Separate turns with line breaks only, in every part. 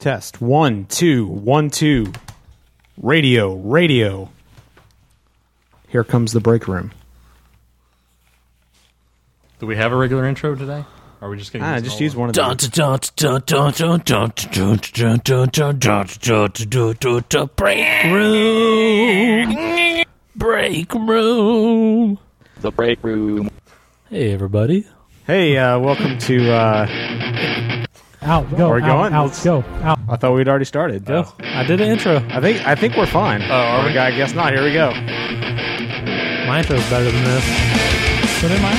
Test one, two, one, two. Radio, radio. Here comes the break room.
Do we have a regular intro today? Or are we just going to
Ah, just use one of
Dun,
the.
dun, dun, dun, dun, dun, dun, dun, dun, dun, dun, dun, dun, dun, dun, Break room. Break room.
The break room.
Hey, everybody.
Hey, uh, welcome to. Uh,
Out, go.
We're out, going. out, Let's-
go. Out,
I thought we'd already started.
go. I did an intro.
I think I think we're fine. Oh,
Oh. are we?
I guess not. Here we go.
My intro's better than this. So did mine.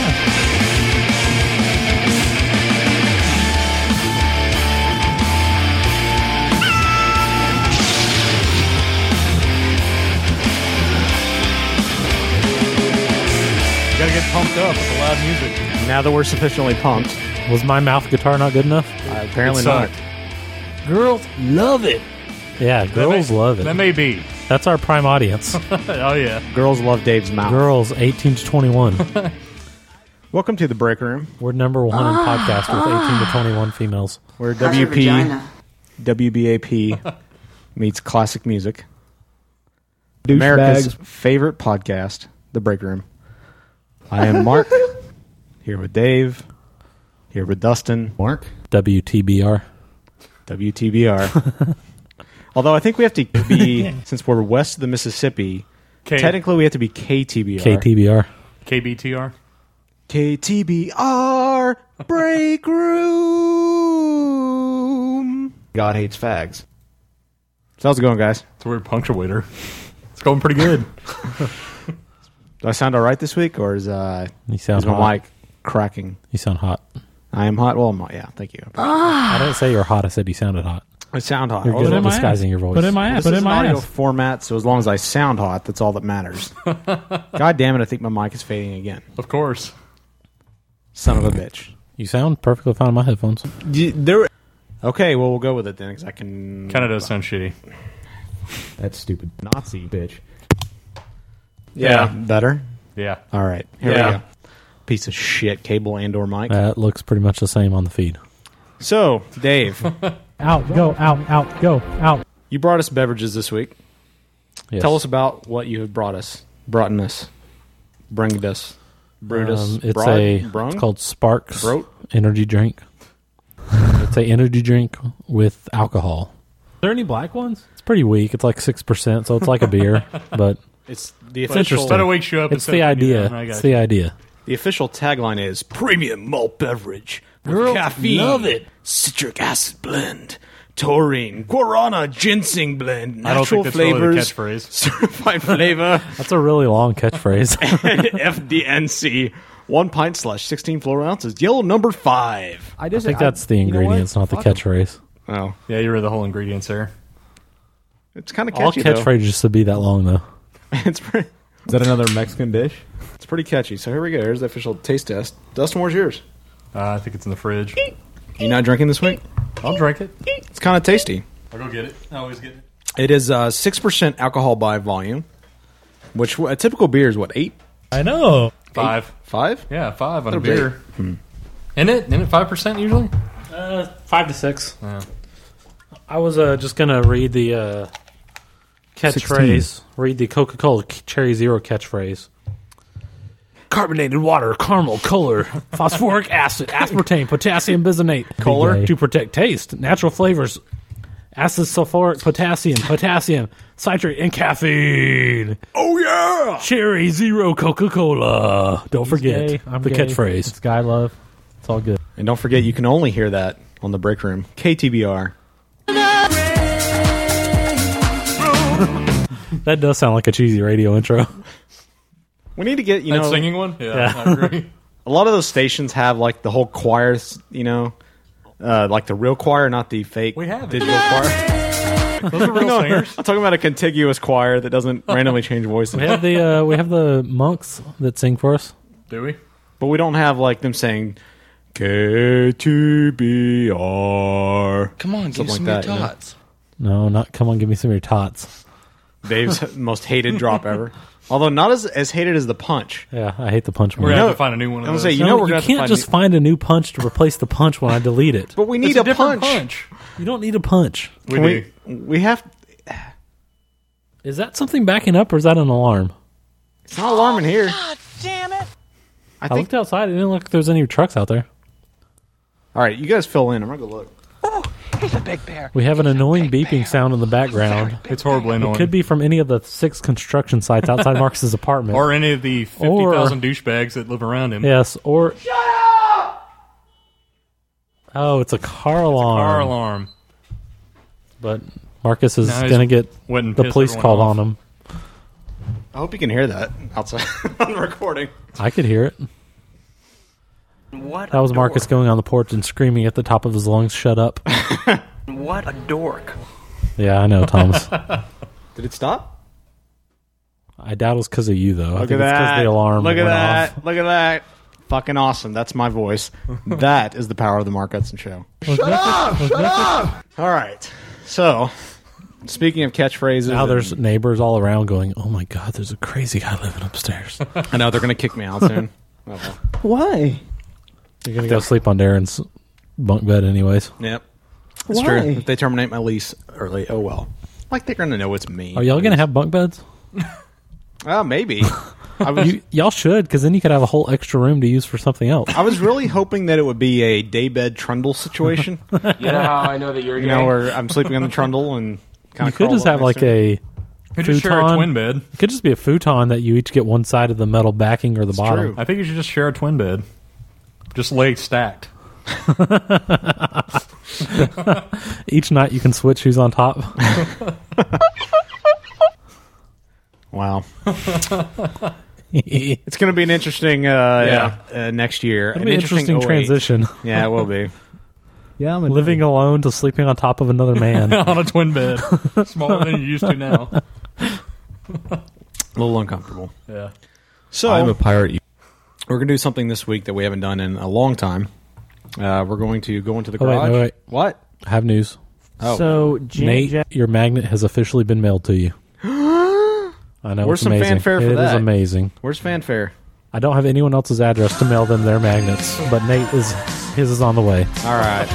You gotta get pumped up with the loud music.
Now that we're sufficiently pumped,
Was my mouth guitar not good enough?
uh, apparently
It
not.
sucked.
Girls love it. Yeah, girls
may,
love
That
it.
may be.
That's our prime audience.
oh, yeah.
Girls love Dave's mouth.
girls 18 to 21.
Welcome to the break room,
We're number one in podcast with 18 to 21 females.
where
How's your
WP
vagina?
WBAP meets classic music. America's favorite podcast, The Break Room. I am Mark, here with Dave, here with Dustin,
Mark.
WTBR.
WTBR. Although I think we have to be, since we're west of the Mississippi,
K-
technically we have to be KTBR.
KTBR.
KBTR.
KTBR Break Room.
God hates fags.
So how's it going, guys?
It's a weird punctuator. It's going pretty good.
Do I sound all right this week, or is uh,
You
is
sound hot.
my mic cracking?
You sound hot.
I am hot. Well, I'm hot. yeah. Thank you.
Ah.
I didn't say you're hot. I said you sounded hot.
I sound hot.
You're
Oh,
good at
this
disguising your voice.
Put it in my ass.
this
Put it
is
in
an
my
audio
ass.
format, so as long as I sound hot, that's all that matters. God damn it! I think my mic is fading again.
of course.
Son of a bitch.
You sound perfectly fine in my headphones.
There. Okay, well we'll go with it then, because I can.
Kind of does sound shitty.
That's stupid. Nazi bitch.
Yeah.
Yeah.
Better.
Yeah.
All right. Here we
Yeah.
go. Piece of shit cable and or mic.
That looks pretty much the same on the feed.
so Dave,
Out, go, out, out, go, out.
you brought us beverages this week.
Yes.
Tell us about what you have brought us. Brought us. Bringed us. Brewed us.
Um, it's
Brought-
a
brung?
it's called Sparks
Brote?
energy drink. it's a energy drink with alcohol.
Are there any black ones?
It's pretty weak. It's like six percent, so it's like a beer, but
It's the
But
official.
That wakes you up.
it's
instead
the
of putting you
idea.
down. I got
It's
you.
the idea.
The official tagline is premium malt beverage with caffeine,
love it.
citric acid blend, taurine, guarana, ginseng blend, natural
I don't think that's really the
flavors,
catchphrase.
certified flavor,
That's a really long catchphrase.
FDNC, one pint slash sixteen floral ounces, yellow number five.
I, just,
I think that's the ingredients, not the catchphrase.
Oh,
Yeah, you read the whole ingredients there.
it's kind of
All
catchy though.
catchphrases should be that long though.
It's pretty,
Is that another Mexican dish?
it's pretty catchy. So here we go. Here's the official taste test. Dustin, where's yours?
Uh, I think it's in the fridge.
You not drinking this week?
I'll drink it.
It's kind of tasty.
I'll go get it. I always get it.
It is uh, six percent alcohol by volume, which a typical beer is what eight
I know.
Five.
five.
Yeah, five on a
That'll be
beer. In it? In it 5% usually?
Uh, five to six. I was uh, just gonna read the uh, catchphrase. Read the Coca Cola Cherry Zero catchphrase. Carbonated water, caramel color, phosphoric acid, aspartame, potassium bisonate,
Color?
to protect taste, natural flavors, acid sulfuric, potassium, potassium, citrate, and caffeine.
Oh yeah!
Cherry Zero Coca Cola. Don't forget the catchphrase.
It's guy love. It's all good.
And don't forget, you can only hear that on the break room. KTBR.
That does sound like a cheesy radio intro.
We need to get you
That
know
singing one? Yeah, I agree.
a lot of those stations have like the whole choir, you know, uh, like the real choir, not the fake
We have it.
digital choir.
Those are real
No,
singers.
I'm talking about a contiguous choir that doesn't randomly change voices.
We have the uh, we have the monks that sing for us.
Do we?
But we don't have like them saying KTBR.
Come on, give
Something
some
like
more
that, you know?
tots.
No, not come on, give me some of your tots.
Dave's most hated drop ever. Although not as as hated as the punch.
Yeah, I hate the punch
We're
more.
going to
know-
have to find a new one
I'm gonna
of those.
say you
No,
know we're gonna have to
can't
find
just
new-
find a new punch to replace the punch when I delete it.
But we need
It's a
a
different
punch.
punch.
You don't need a punch.
We
Can
do.
we, we have.
Is that something backing up or is that an alarm?
It's not alarming here.
Oh, God damn it!
I
I,
think.
looked outside. It didn't look like there's any trucks out there.
All right, you guys fill in. I'm gonna go look.
He's a big bear.
We have an annoying beeping sound in the background.
It's horribly annoying.
Could be from any of the six construction sites outside Marcus's apartment.
or any of the fifty thousand douchebags that live around him.
yes, or shut up. Oh, it's a car alarm.
Car alarm.
But Marcus is
Now he's
gonna get
went and
the
pissed
police
everyone
called
off.
on him.
I hope you can hear that outside on the recording.
I could hear it.
What?
That was Marcus going on the porch and screaming at the top of his lungs, "Shut up!"
What a dork!
yeah, I know, Thomas.
Did it stop?
I doubt it was because of you, though. I
Look at
think it's because
that!
the alarm
Look at
went
that!
off.
Look at that! Fucking awesome. That's my voice. that is the power of the Mark Hudson Show.
Was Nick- was Nick-
All right. So, speaking of catchphrases,
Now there's neighbors all around going, "Oh my God, there's a crazy guy living upstairs."
I know they're gonna kick me out soon. Oh, well.
Why?
You're gonna go sleep on Darren's bunk bed, anyways.
Yep. That's
Why?
true. If they terminate my lease early, oh well. Like they're gonna know it's me.
Are y'all gonna have bunk beds?
Oh, maybe. I was
You, y'all should, because then you could have a whole extra room to use for something else.
I was really hoping that it would be a daybed trundle situation.
You know how I know that you're
you know, where I'm sleeping on the trundle and kind
You
of
could just have like a it
Could just share a
Futon.
twin bed.
could just be a futon that you each get one side of the metal backing or the bottom.
true.
I think you should just share a twin bed. Just lay stacked.
Each night you can switch who's on top.
wow.
It'll
It's going to be an interesting uh, uh, next year. It'll
be an interesting transition.
Yeah, it will be.
Yeah, I'm a
Living alone to sleeping on top of another man.
on a twin bed. Smaller than you used to now.
A little uncomfortable.
Yeah.
So
I'm a pirate. You
we're going to do something this week that we haven't done in a long time. Uh, we're going to go into the
Oh, wait,
garage.
no, wait.
What?
I have news.
Oh.
So, Jim
Nate,
Jack-
your magnet has officially been mailed to you. I know.
Where's
it's
some
amazing.
fanfare for
It is
that?
amazing.
Where's fanfare?
I don't have anyone else's address to mail them their magnets, but Nate is his is on the way.
All right.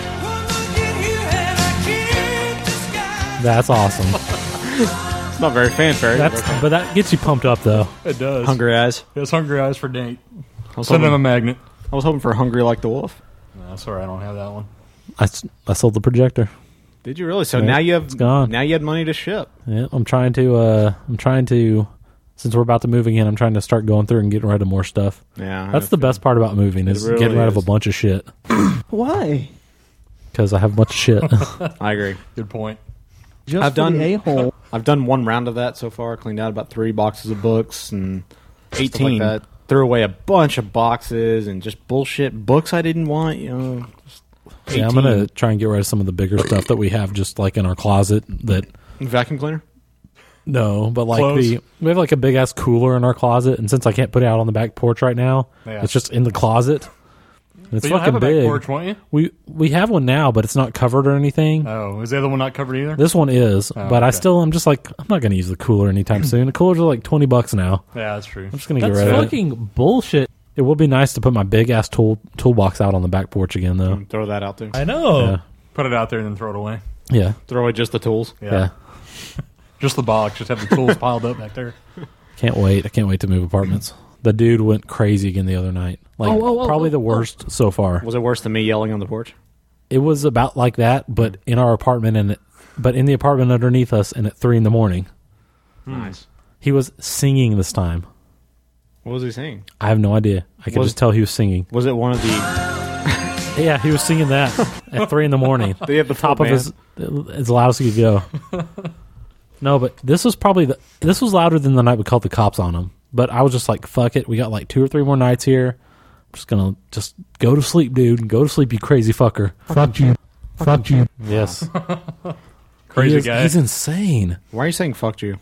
That's awesome.
It's not very fanfare.
That's but that gets you pumped up though.
It does.
Hungry eyes.
It's hungry eyes for Nate.
I was,
Send him a
hoping,
magnet.
I was hoping for hungry like the wolf.
No, sorry, I don't have that one.
I, s- I sold the projector.
Did you really? So
Yeah,
now you have
it's gone.
now you had money to ship.
Yeah, I'm trying to. Uh, I'm trying to. Since we're about to move again, I'm trying to start going through and getting rid of more stuff.
Yeah,
That's the best part about moving is
It really
getting rid of a
is.
bunch of shit
Why?
because I have a bunch of shit.
I agree.
Good point.
Just
I've
for
done-
the a-hole.
I've done one round of that so far. Cleaned out about three boxes of books and eighteen. Like that. Threw away a bunch of boxes and just bullshit books I didn't want. You know, just
yeah, I'm
18.
gonna try and get rid of some of the bigger stuff that we have just like in our closet. That
vacuum cleaner.
no, but like
Clothes.
the we have like a big ass cooler in our closet, and since I can't put it out on the back porch right now,
Yeah.
it's just in the closet. And It's
But you'll
fucking
have a back
big.
porch, won't you?
We we have one now, but it's not covered or anything.
Oh, is the other one not covered either?
This one is, but I
okay.
still I'm just like I'm not going to use the cooler anytime soon. The coolers are like twenty bucks now.
yeah, that's true.
I'm just going to get
That's
rid of it.
fucking bullshit.
It would be nice to put my big ass tool toolbox out on the back porch again though.
Throw that out there.
I know.
Yeah.
Put it out there and then throw it away.
Yeah,
Throw away just the tools.
yeah.
Just the box. Just have the tools piled up back there.
Can't wait. I can't wait to move apartments. The dude went crazy again the other night. Like probably the worst so far.
Was it worse than me yelling on the porch?
It was about like that, but in our apartment and but in the apartment underneath us and at three in the morning.
Nice.
He was singing this time.
What was he saying?
I have no idea. I could
Was-
just tell he was singing.
Was it one of the?
Yeah, he was singing that at three in the morning.
They have the
top of his as loud as he could go. no, but this was probably the this was louder than the night we called the cops on him. But I was just like, fuck it, we got like two or three more nights here. I'm just gonna just go to sleep, dude. Go to sleep, you crazy fucker.
Fuck you. Fuck you.
Yes,
Crazy
He is-
guy.
He's insane.
Why are you saying "fucked you"?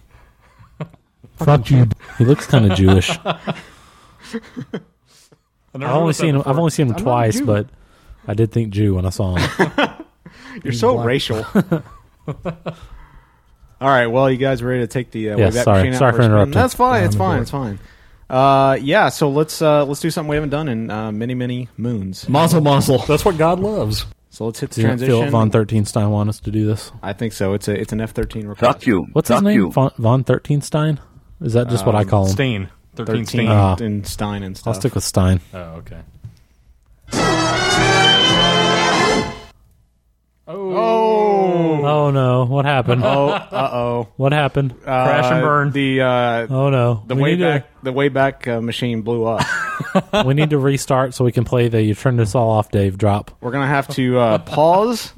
Fuck you.
He looks kind of Jewish.
I've never
I've only
noticed that
seen him.
before.
I've only seen him twice, but I did think Jew when I saw him.
You're so racial. All right, well, you guys ready to take the uh,
Yeah,
Wayback
sorry.
Machine out
Sorry
for
for
a spin?
interrupting.
That's fine. It's
I'm
fine.
bored.
It's fine. Uh, yeah, so let's uh, let's do something we haven't done in uh, many many moons.
muscle muscle.
That's what God loves.
So let's hit the
Doesn't
transition.
Philip Von Thirteenstein want us to do this?
I think so. It's a it's an F thirteen request.
you.
What's his name? Von, Von Thirteenstein? Is that just what I
Um,
call him?
Stain. 13
Thirteen
Stain.
Ah.
and Stein and
I'll
stuff.
stick with Stein.
Oh, okay. Oh.
Oh no! What happened?
oh, uh oh.
What happened?
Crash and burn.
The uh,
Oh no!
the
we
way
need
back the way back uh, machine blew up.
To, we need to restart so we can play the "You Turned Us All Off, Dave" drop.
We're gonna have to uh, pause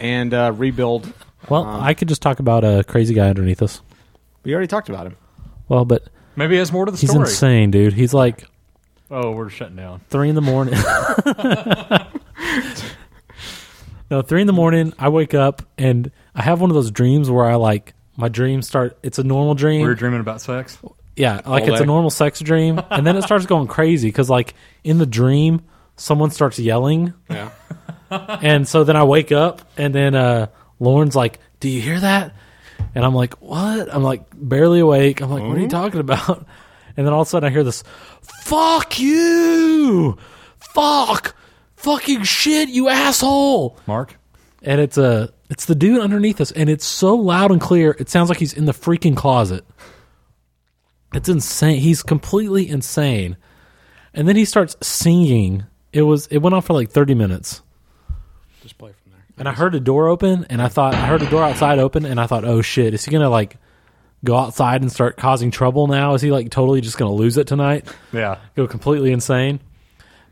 and uh, rebuild.
Well,
Uh-huh.
I could just talk about a crazy guy underneath us.
We already talked about him.
Well, but
Maybe he has more to the
he's
story.
insane, dude. He's like
Oh, we're shutting down.
three in the morning. no, three in the morning. I wake up and I have one of those dreams where I like my dreams start. It's a normal dream.
We were dreaming about sex.
Yeah, like
All
it's a
day.
normal sex dream, and then it starts going crazy because like in the dream, someone starts yelling.
Yeah.
and so then I wake up, and then uh, Lauren's like, "Do you hear that?" And I'm like, "What?" I'm like barely awake. I'm like, "What are you talking about?" And then all of a sudden, I hear this, "Fuck you, fuck, fucking shit, you asshole."
Mark?
and it's a it's the dude underneath us and it's so loud and clear it sounds like he's in the freaking closet it's insane he's completely insane and then he starts singing it was it went on for like 30 minutes
Just play from there.
and i heard a door open and i thought i heard a door outside open and i thought oh shit is he gonna like go outside and start causing trouble now is he like totally just gonna lose it tonight
Yeah.
go completely insane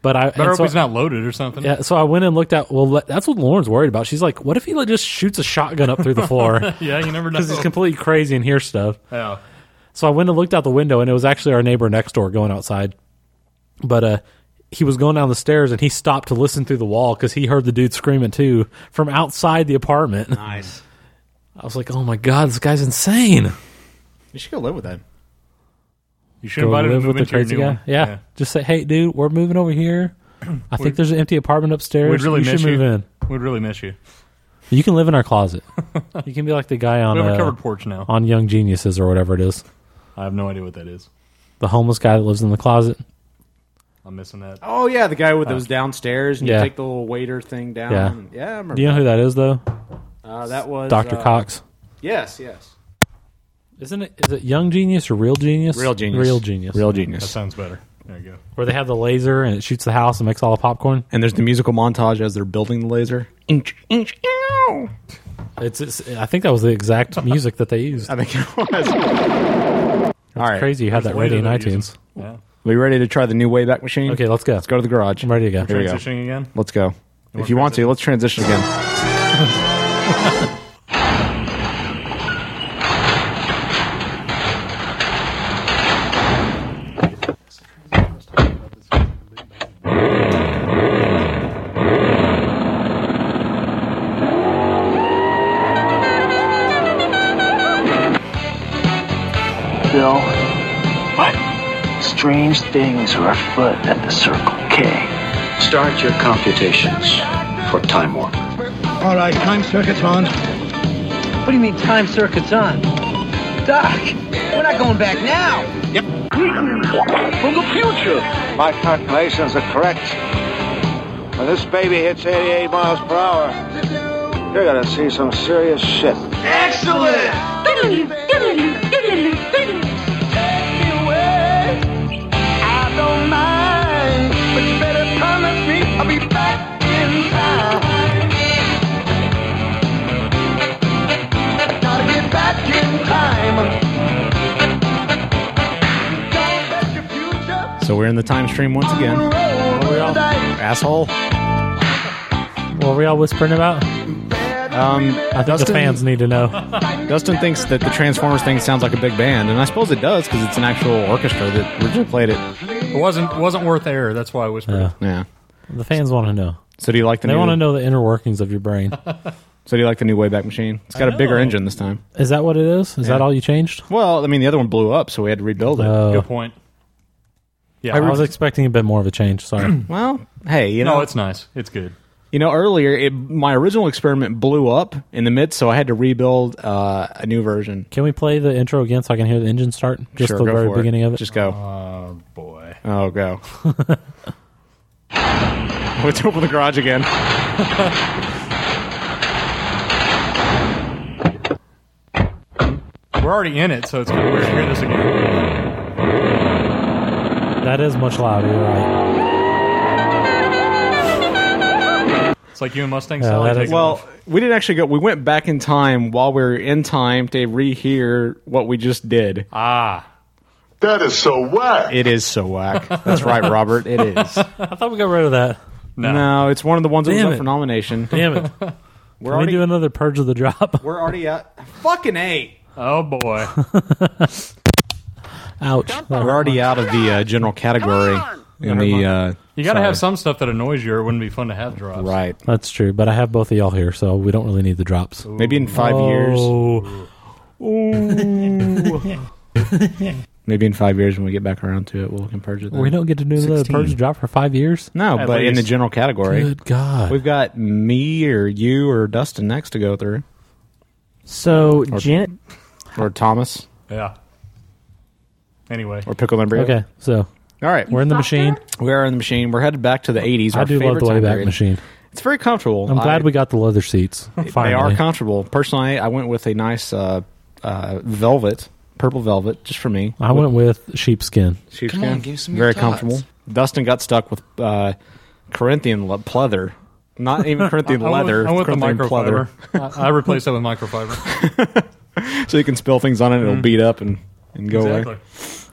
but i and
Better hope
so-
he's not loaded or something.
yeah, so I went and looked at. Well, that- that's what Lauren's worried about. She's like, "What if he like, just shoots a shotgun up through the floor
Yeah, you never know.
because he's completely crazy and hears stuff?"
yeah.
So I went and looked out the window, and it was actually our neighbor next door going outside. But uh, he was going down the stairs, and he stopped to listen through the wall because he heard the dude screaming too from outside the apartment.
Nice.
I was like, "Oh my god, this guy's insane!"
You should go live with him.
You should invite him to move into your new one.
Yeah. just say, "Hey, dude, we're moving over here. I think there's an empty apartment upstairs.
We'd really
you should
miss
move
you.
in."
We'd really miss you.
You can live in our closet. you can be like the guy on
We have
uh,
a covered porch now.
on Young Geniuses or whatever it is.
I have no idea what that is.
The homeless guy that lives in the closet.
I'm missing that.
Oh yeah, the guy with those downstairs and
Yeah.
you take the little waiter thing down.
Yeah.
and- yeah I remember.
Do you know who that is though?
Uh, that was
Dr.
uh,
Cox.
Yes, yes.
Isn't it is it Young Genius or Real Genius?
Real Genius.
Real Genius.
Real
That
genius.
sounds better. There you go.
Where they have the laser and it shoots the house and makes all the popcorn.
And there's the musical montage as they're building the laser. Inch, inch, ow.
It's, it's I think that was the exact music that they used.
I think it was. All right.
Crazy you had that
Way
ready in
that they're
iTunes.
using- Yeah.
We ready to try the new Wayback Machine?
Okay, let's go.
Let's go to the garage.
I'm ready to go.
Here we go.
Transitioning again?
Let's go. if you want to, let's transition again.
Bill, what? Strange things are afoot at the Circle K.
Start your computations for Time Warp.
All right, time circuit's on.
What do you mean time circuit's on? Doc, we're not going back now. Yep. From the future.
My calculations are correct. When this baby hits 88 miles per hour, you're gonna see some serious shit.
So we're in the time stream once again. Asshole.
What were we all whispering about?
Um,
I think the
Dustin-
fans need to know.
Dustin thinks that the Transformers thing sounds like a big band, and I suppose it does because it's an actual orchestra that originally played it.
It wasn't it wasn't worth air. That's why I whispered.
Yeah.
Yeah.
The fans want to know.
So do you like the
They
new?
want to know the inner workings of your brain.
So do you like the new Wayback Machine? It's got a bigger engine this time.
Is that what it is? Is that all you changed?
Well, I mean, the other one blew up, so we had to rebuild it.
Oh.
Good point. Yeah.
I was expecting a bit more of a change. Sorry.
well, hey, you know,
no, it's nice. It's good.
you know, earlier it, my original experiment blew up in the midst, so I had to rebuild uh, a new version.
Can we play the intro again so I can hear the engine start? Just
Sure,
the
go
very
for
beginning of it.
Just Oh, go.
Oh boy.
Oh, go. We have to open the garage again.
We're already in it, so it's kind of weird to hear this again.
That is much louder. You're right.
It's like you and Mustang
Yeah,
Sally.
that
taking
is-
off.
Well,
Well, we didn't actually go. We went back in time while we were in time to rehear what we just did.
Ah.
That is so whack.
It is so whack. That's right, Robert. It is.
I thought we got rid of that.
No, it's one of the ones that
Damn
was up
it.
for nomination.
Damn it.
We're
Can
already-
we do another purge of the drop?
We're already at fucking eight.
Oh boy.
Ouch.
We're already out of the uh, general category in the. Uh,
You got to
sorry.
have some stuff that annoys you, or it wouldn't be fun to have drops.
right.
That's true, but I have both of y'all here, so we don't really need the drops.
Maybe in five years.
Oh.
Maybe in five years when we get back around to it, we'll can purge it. Then.
We don't get to do the
16.
purge drop for five years?
No,
At
but in the
least.
general category,
Good God.
we've got me or you or Dustin next to go through,
So Janet,
or Thomas
Yeah. Anyway,
or Pickle Embryo.
okay, so
All right,
we're in the machine.
we are in the machine. We're headed back to the '80s.
I
our
do love
favorite
the way
time
back
period.
machine.
It's very comfortable.
I'm glad
I-
we got the leather seats. Finally.
They are comfortable. Personally, I went with a nice uh, uh, velvet, purple velvet, just for me.
I went with sheepskin.
Sheepskin.
Come on, give some of
Very
your thoughts.
comfortable. Dustin got stuck with uh, Corinthian le- pleather. Not even Corinthian
I went-
leather.
I went with
Corinthian
microfiber.
pleather.
I, I replaced that with microfiber.
So you can spill things on it
Mm.
and it'll beat up and, and go
Exactly.
away.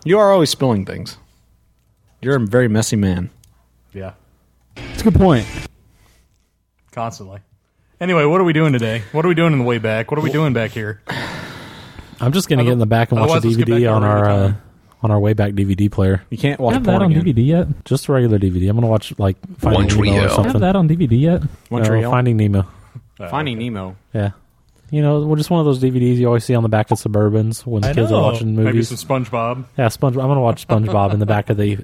You are always spilling things. You're a very messy man.
Yeah.
it's a good point.
Constantly. Anyway, what are we doing today? What are we doing in the way back? What are we doing back here?
I'm just gonna get in the back and watch
Otherwise,
a
let's get back to
DVD on
our
our
regular
uh,
time.
on our way back DVD player.
You can't watch
have
porn
that on
again.
DVD yet?
Just a regular DVD. I'm gonna watch like Finding
One
Nemo or
Trio.
Have
something.
that on DVD yet?
One
No,
Trio?
Finding Nemo.
Finding Nemo.
Yeah, you know, well, just one of those DVDs you always see on the back of Suburbans when the
I
kids
know.
are watching
Maybe
movies.
some SpongeBob.
yeah, Sponge. I'm gonna watch SpongeBob in the back of the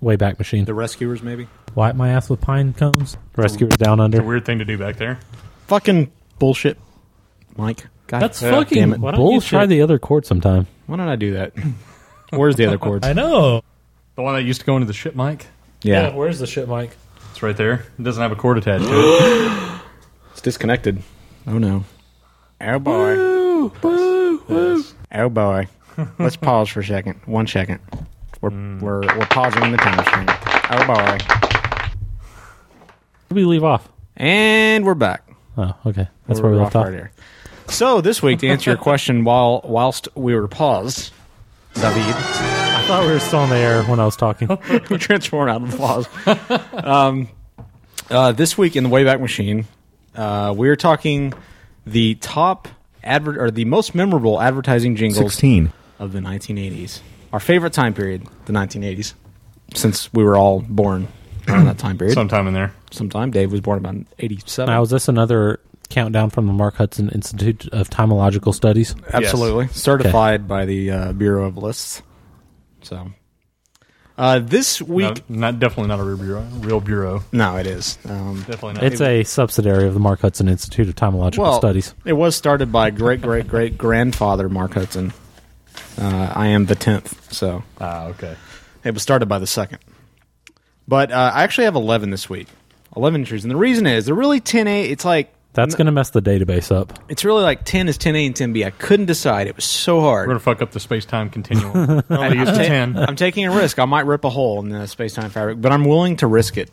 way back machine.
The Rescuers, maybe?
Wipe my ass with pine cones.
Rescuers Down
It's a
Under.
weird thing to do back there.
Fucking bullshit, Mike. God,
That's
damn
fucking
it.
why don't
Bull,
you
try the other court sometime.
Why don't I do that? Where's the other chords?
I know.
The one that used to go into the ship mic.
Yeah.
where's the shit, Mike?
It's right there. It doesn't have a cord attached to it.
It's disconnected. Oh no. Oh boy. Oh boy. Let's pause for a second. One second. We're
Hmm.
we're we're pausing the time stream. Oh boy.
We leave off.
And we're back.
Oh, okay. That's
we're
where we left
off
off.
right here. So this week to answer your question while whilst we were paused, David
I thought we were still on the air when I was talking.
we transformed out of the pause. um uh, this week in the Wayback Machine, uh, we are talking the top advert or the most memorable advertising jingles
Sixteen.
of the 1980s. Our favorite time period, the 1980s, since we were all born around that time period.
Sometime in there.
Sometime Dave was born about 87.
Now, is this another countdown from the Mark Hudson Institute of Timological Studies?
Absolutely. Certified by the uh, Bureau of Lists. So, uh, this
No,
week.
not definitely not a real bureau. Real bureau.
No, it is. Um,
Definitely not.
It's a subsidiary of the Mark Hudson Institute of Timological
well,
Studies.
it was started by great, great, great grandfather Mark Hudson. Uh, I am the 10th, so
ah okay.
It was started by the second. But uh, I actually have 11 this week. 11 entries. And the reason is they're really 10A. It's like,
That's going to mess the database up.
it's really like 10 is 10A and 10B. I couldn't decide. It was so hard.
We're gonna fuck up the space time continuum. I only used
Ta-
the ten.
I'm taking a risk. I might rip a hole in the space time fabric, but I'm willing to risk it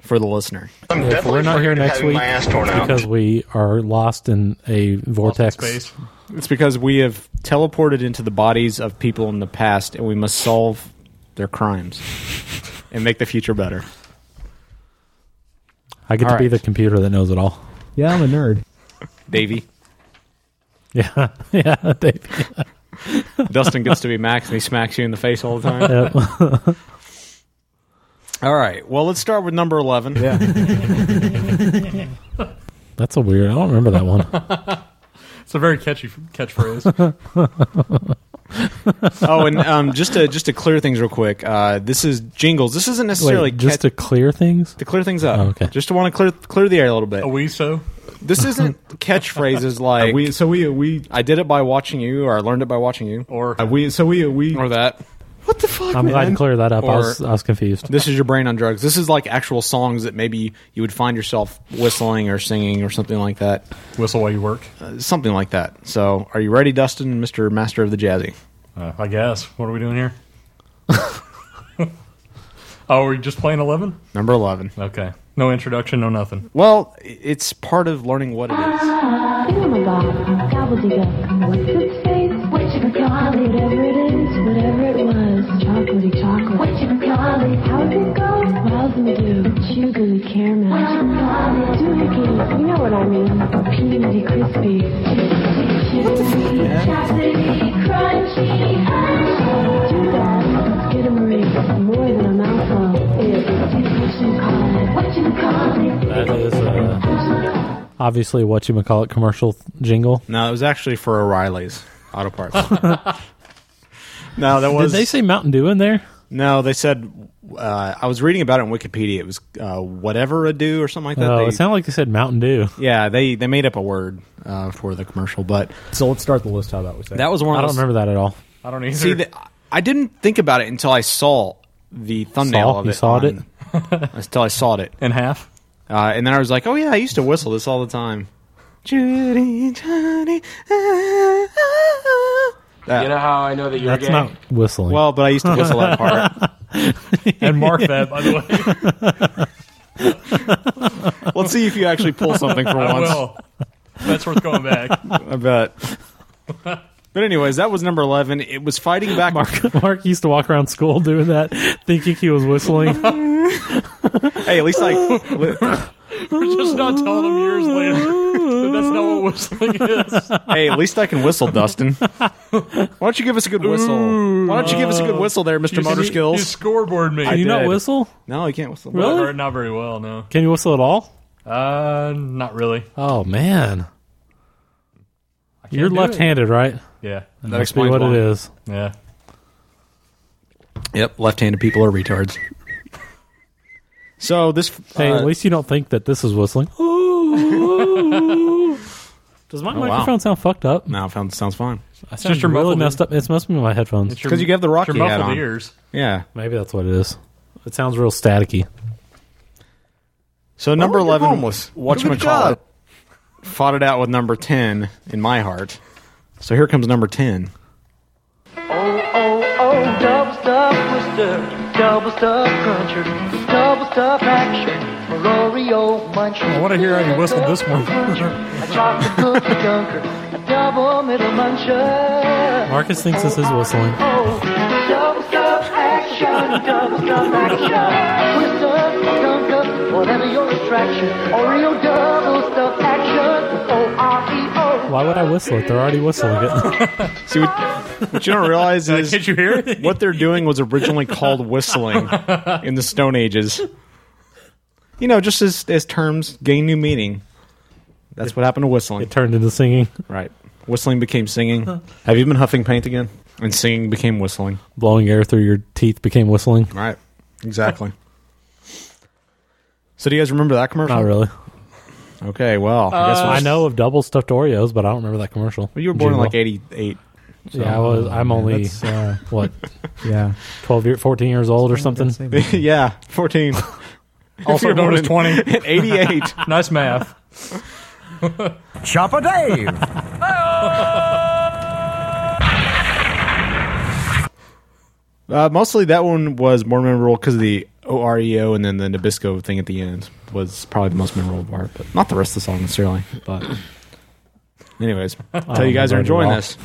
for the listener.
If we're not here next week, it's because we are lost in a vortex.
Space.
It's because we have teleported into the bodies of people in the past and we must solve their crimes and make the future better.
I get to
All
be
right.
the computer that knows it all.
Yeah, I'm a nerd.
Davey.
Yeah, yeah, Dave.
Dustin gets to be Max and he smacks you in the face all the time.
Yep.
All right. Well, let's start with number 11.
That's a weird. I don't remember that one.
It's a very catchy f- catchphrase.
oh, and um, just to just to clear things real quick, uh, this is jingles. This isn't
Wait,
necessarily
just
cat-
to clear things.
to clear things up.
Oh, okay.
Just to want to clear clear the air a little bit.
a we so.
This isn't catchphrases like
We so we we
"I did it by watching you" or "I learned it by watching you"
Or
we so we we
or that. What the fuck?
I'm glad
man?
to clear that up. I was- I was confused.
This is your brain on drugs. This is like actual songs that maybe you would find yourself whistling or singing or something like that.
Whistle while you work,
uh, something like that. So, are you ready, Dustin, Mister Master of the Jazzy?
Uh, I guess. What are we doing here? oh, we're just playing eleven.
Number eleven.
Okay. No introduction. No nothing.
Well, it's part of learning what it is.
Oh my god, gobbledygook. What's its face? What you gonna call it? Whatever it is, whatever it was. Chocolatey chocolate. What you gonna call it? How does it go? Wowzoo Chew caramel. What you gonna call it? Doohickey. You know what I mean. Peanutty crispy. What the fuck, man? Chocolatey crunchy. hush. Do that. Let's get a marie. More than a mouthful. It's what you call it. What you call it?
That is uh, obviously what you call it commercial th- jingle.
No, it was actually for O'Reilly's Auto Parts. no, that was.
Did they say Mountain Dew in there?
No, they said. Uh, I was reading about it on Wikipedia. It was uh, whatever a do or something like that.
Oh,
They-
it sounded like they said Mountain Dew.
yeah, they they made up a word uh, for the commercial, but
so let's start the list. How about we
that was one.
I
of
don't
those-
remember that at all.
I don't either.
See, the, I didn't think about it until I saw the thumbnail
Saw?
of
You
it.
sawed
on- until I sawed it
in half,
uh, and then I was like, "Oh yeah, I used to whistle this all the time." Judy, Johnny,
You know how I know that you're
That's
gay?
not whistling.
Well, but I used to whistle that part.
and mark that by the way.
Let's see if you actually pull something for
I
once.
will. That's worth going back.
I bet. But anyways, that was number eleven. It was fighting back.
Mark used to walk around school doing that, thinking he was whistling.
hey, at least I.
We're just not telling them years later that that's not what whistling is.
hey, at least I can whistle, Dustin. Why don't you give us a good whistle? Why don't you give us a good whistle there, Mister
You-
Motor
you-
Skills?
You scoreboard me.
I
Can you not
did.
whistle?
No, you can't whistle.
Really?
Or Not very well. No.
Can you whistle at all?
Uh, not really.
Oh man, you're
do it.
left-handed, right?
Yeah. That
that must be
explains
what
why.
it is.
Yeah.
Yep, left-handed people are retards. So this.
Hey,
uh,
at least you don't think that this is whistling. Oh, Does my
Oh, wow.
microphone sound fucked up?
No, it found- sounds fine.
It's just really messed up. It must be my headphones.
It's your- 'Cause you have the it's your Rocky hat muffled on. ears. Yeah.
maybe that's what it is. It sounds real staticky.
So number
you're
eleven,
homeless. Good
whatchamacallit,
job.
fought it out with number ten in my heart. So here comes number ten.
Oh, oh, double stuff twister, double stuff cruncher, double stuff action, for Oreo muncher.
I want to hear how you whistled this one.
A chocolate cookie dunker, a double middle muncher.
Marcus thinks this is whistling.
Oh, double stuff action, double stuff action, twister, dunker, whatever your attraction. Oreo double stuff action, O R E O.
Why would I whistle it? They're already whistling it.
See, what, what you don't realize is did you hear what they're doing was originally called whistling in the Stone Ages. You know, just as as terms gain new meaning, that's what happened to whistling. It
turned into singing,
right? Whistling became singing.
Uh-huh.
Have you been huffing paint again? And singing became whistling.
Blowing air through your teeth became whistling.
Right. Exactly. so do you guys remember that commercial?
Not really.
Okay, well, I
Uh,
guess we'll
I
just-
know of double stuffed Oreos, but I don't remember that commercial.
Uh, Well, you were born in like '88.
yeah, I was. I'm only
That's-
what?
Yeah,
twelve year, fourteen years old or something.
yeah, fourteen.
Also
If you're
known as
born in-
20.
in 88.
nice math.
Chopper Dave.
Uh, mostly that one was more memorable because the OREO and then the Nabisco thing at the end was probably the most memorable part, but not the rest of the song necessarily. But anyways, tell you guys are enjoying this.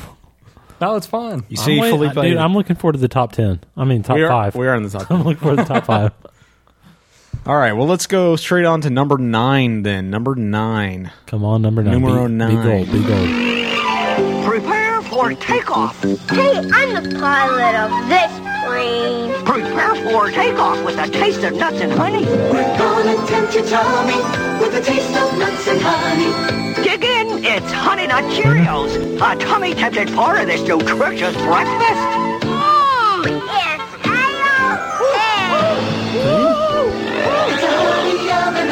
No, it's fun.
You see,
I'm
Felipe-
dude, I'm looking forward to the top ten. I mean, top
we are,
five.
We are in the top.
I'm looking forward to the top five.
All right, well, let's go straight on to number nine then. Number nine.
Come on, number nine.
Numero
Be- be
nine.
gold, be gold.
Prepare for takeoff. Hey, I'm the pilot of this plane. Prepare for takeoff with a taste of nuts and honey. We're gonna tempt your tummy with a taste of nuts and honey. Dig in, it's Honey Nut Cheerios, a tummy-tempted part of this nutritious breakfast. Mmm, it's It's a honey oven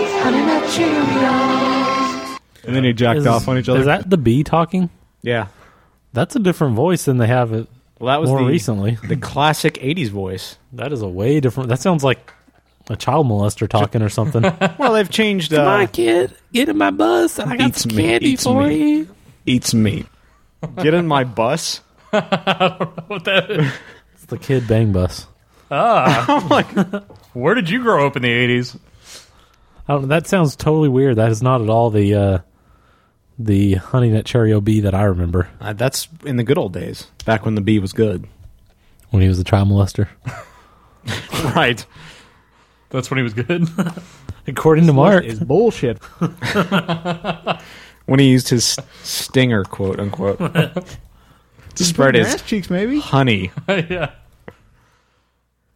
It's Honey Nut Cheerios.
And then he jacked
Is-
off on each other.
Is that the bee talking?
Yeah.
That's a different voice than they have it
Well, that was
More
the,
recently.
the classic '80s voice.
That is a way different. That sounds like a child molester talking or something.
well, they've changed.
Come
uh,
on, kid, get in my bus. I got some candy for you.
Eats me. Get in my bus.
what that is.
It's the kid bang bus.
Ah. where did you grow up in the 80s?
I don't, that sounds totally weird. That is not at all the uh, the honey nut Cheerio bee that I remember
Uh, that's in the good old days, back when the B was good.
when he was a child molester.
right.
That's when he was good.
According to Mark,
is bullshit.
When he used his stinger, quote unquote, to spread his
ass cheeks, maybe?
honey
yeah.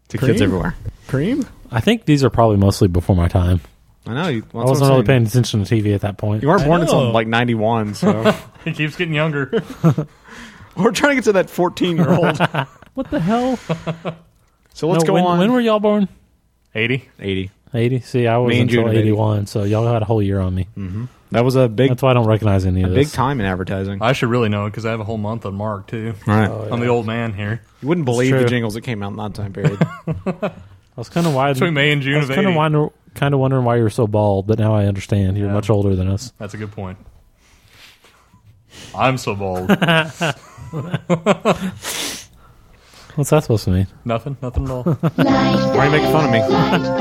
to kids everywhere.
Cream?
I think these are probably mostly before my time.
I know. You,
I wasn't really paying attention to TV at that point.
You weren't born until like '91, so
he keeps getting younger.
we're trying to get to that 14 year old.
what the hell?
So let's
No,
go
when,
on.
When were y'all born?
80.
80.
80. See, I was
Me and
until
June of 80.
81, so y'all had a whole year on me. Mm-hmm.
That was a big.
That's why I don't recognize
Mm.
any
A
of
big
this.
time in advertising.
I should really know because I have a whole month on Mark, too.
Right.
Oh,
I'm
yeah.
the old man here.
You wouldn't believe
true.
the jingles that came out in that time period.
I was kind of wide.
Between May and June
I was
of
kind
80.
of kind of wondering why you were so bald, but now I understand. You're much older than us.
That's a good point. I'm so bald.
What's that supposed to mean?
nothing, nothing at all.
Why are you making fun of me?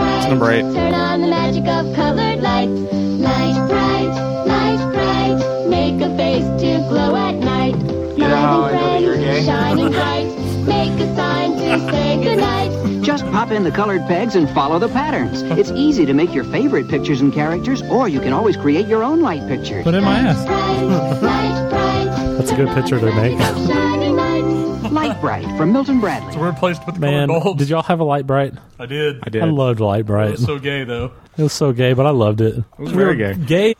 It's number eight.
Turn on the magic of colored lights. Light bright, light bright. Make a face to glow at night.
You know how I know that you're
Friends
gay?
shining bright. Make a sign to say goodnight.
Just pop in the colored pegs and follow the patterns. It's easy to make your favorite pictures and characters, or you can always create your own light pictures.
Put in my ass. That's a good picture to make.
Shining light. Light bright from Milton Bradley.
It's a weird place to put the
Man,
colored bulbs.
did y'all have a light bright?
I did. I
I loved light
It
bright.
was so gay, though.
It was so gay, but I loved it. It
was very gay.
Gay.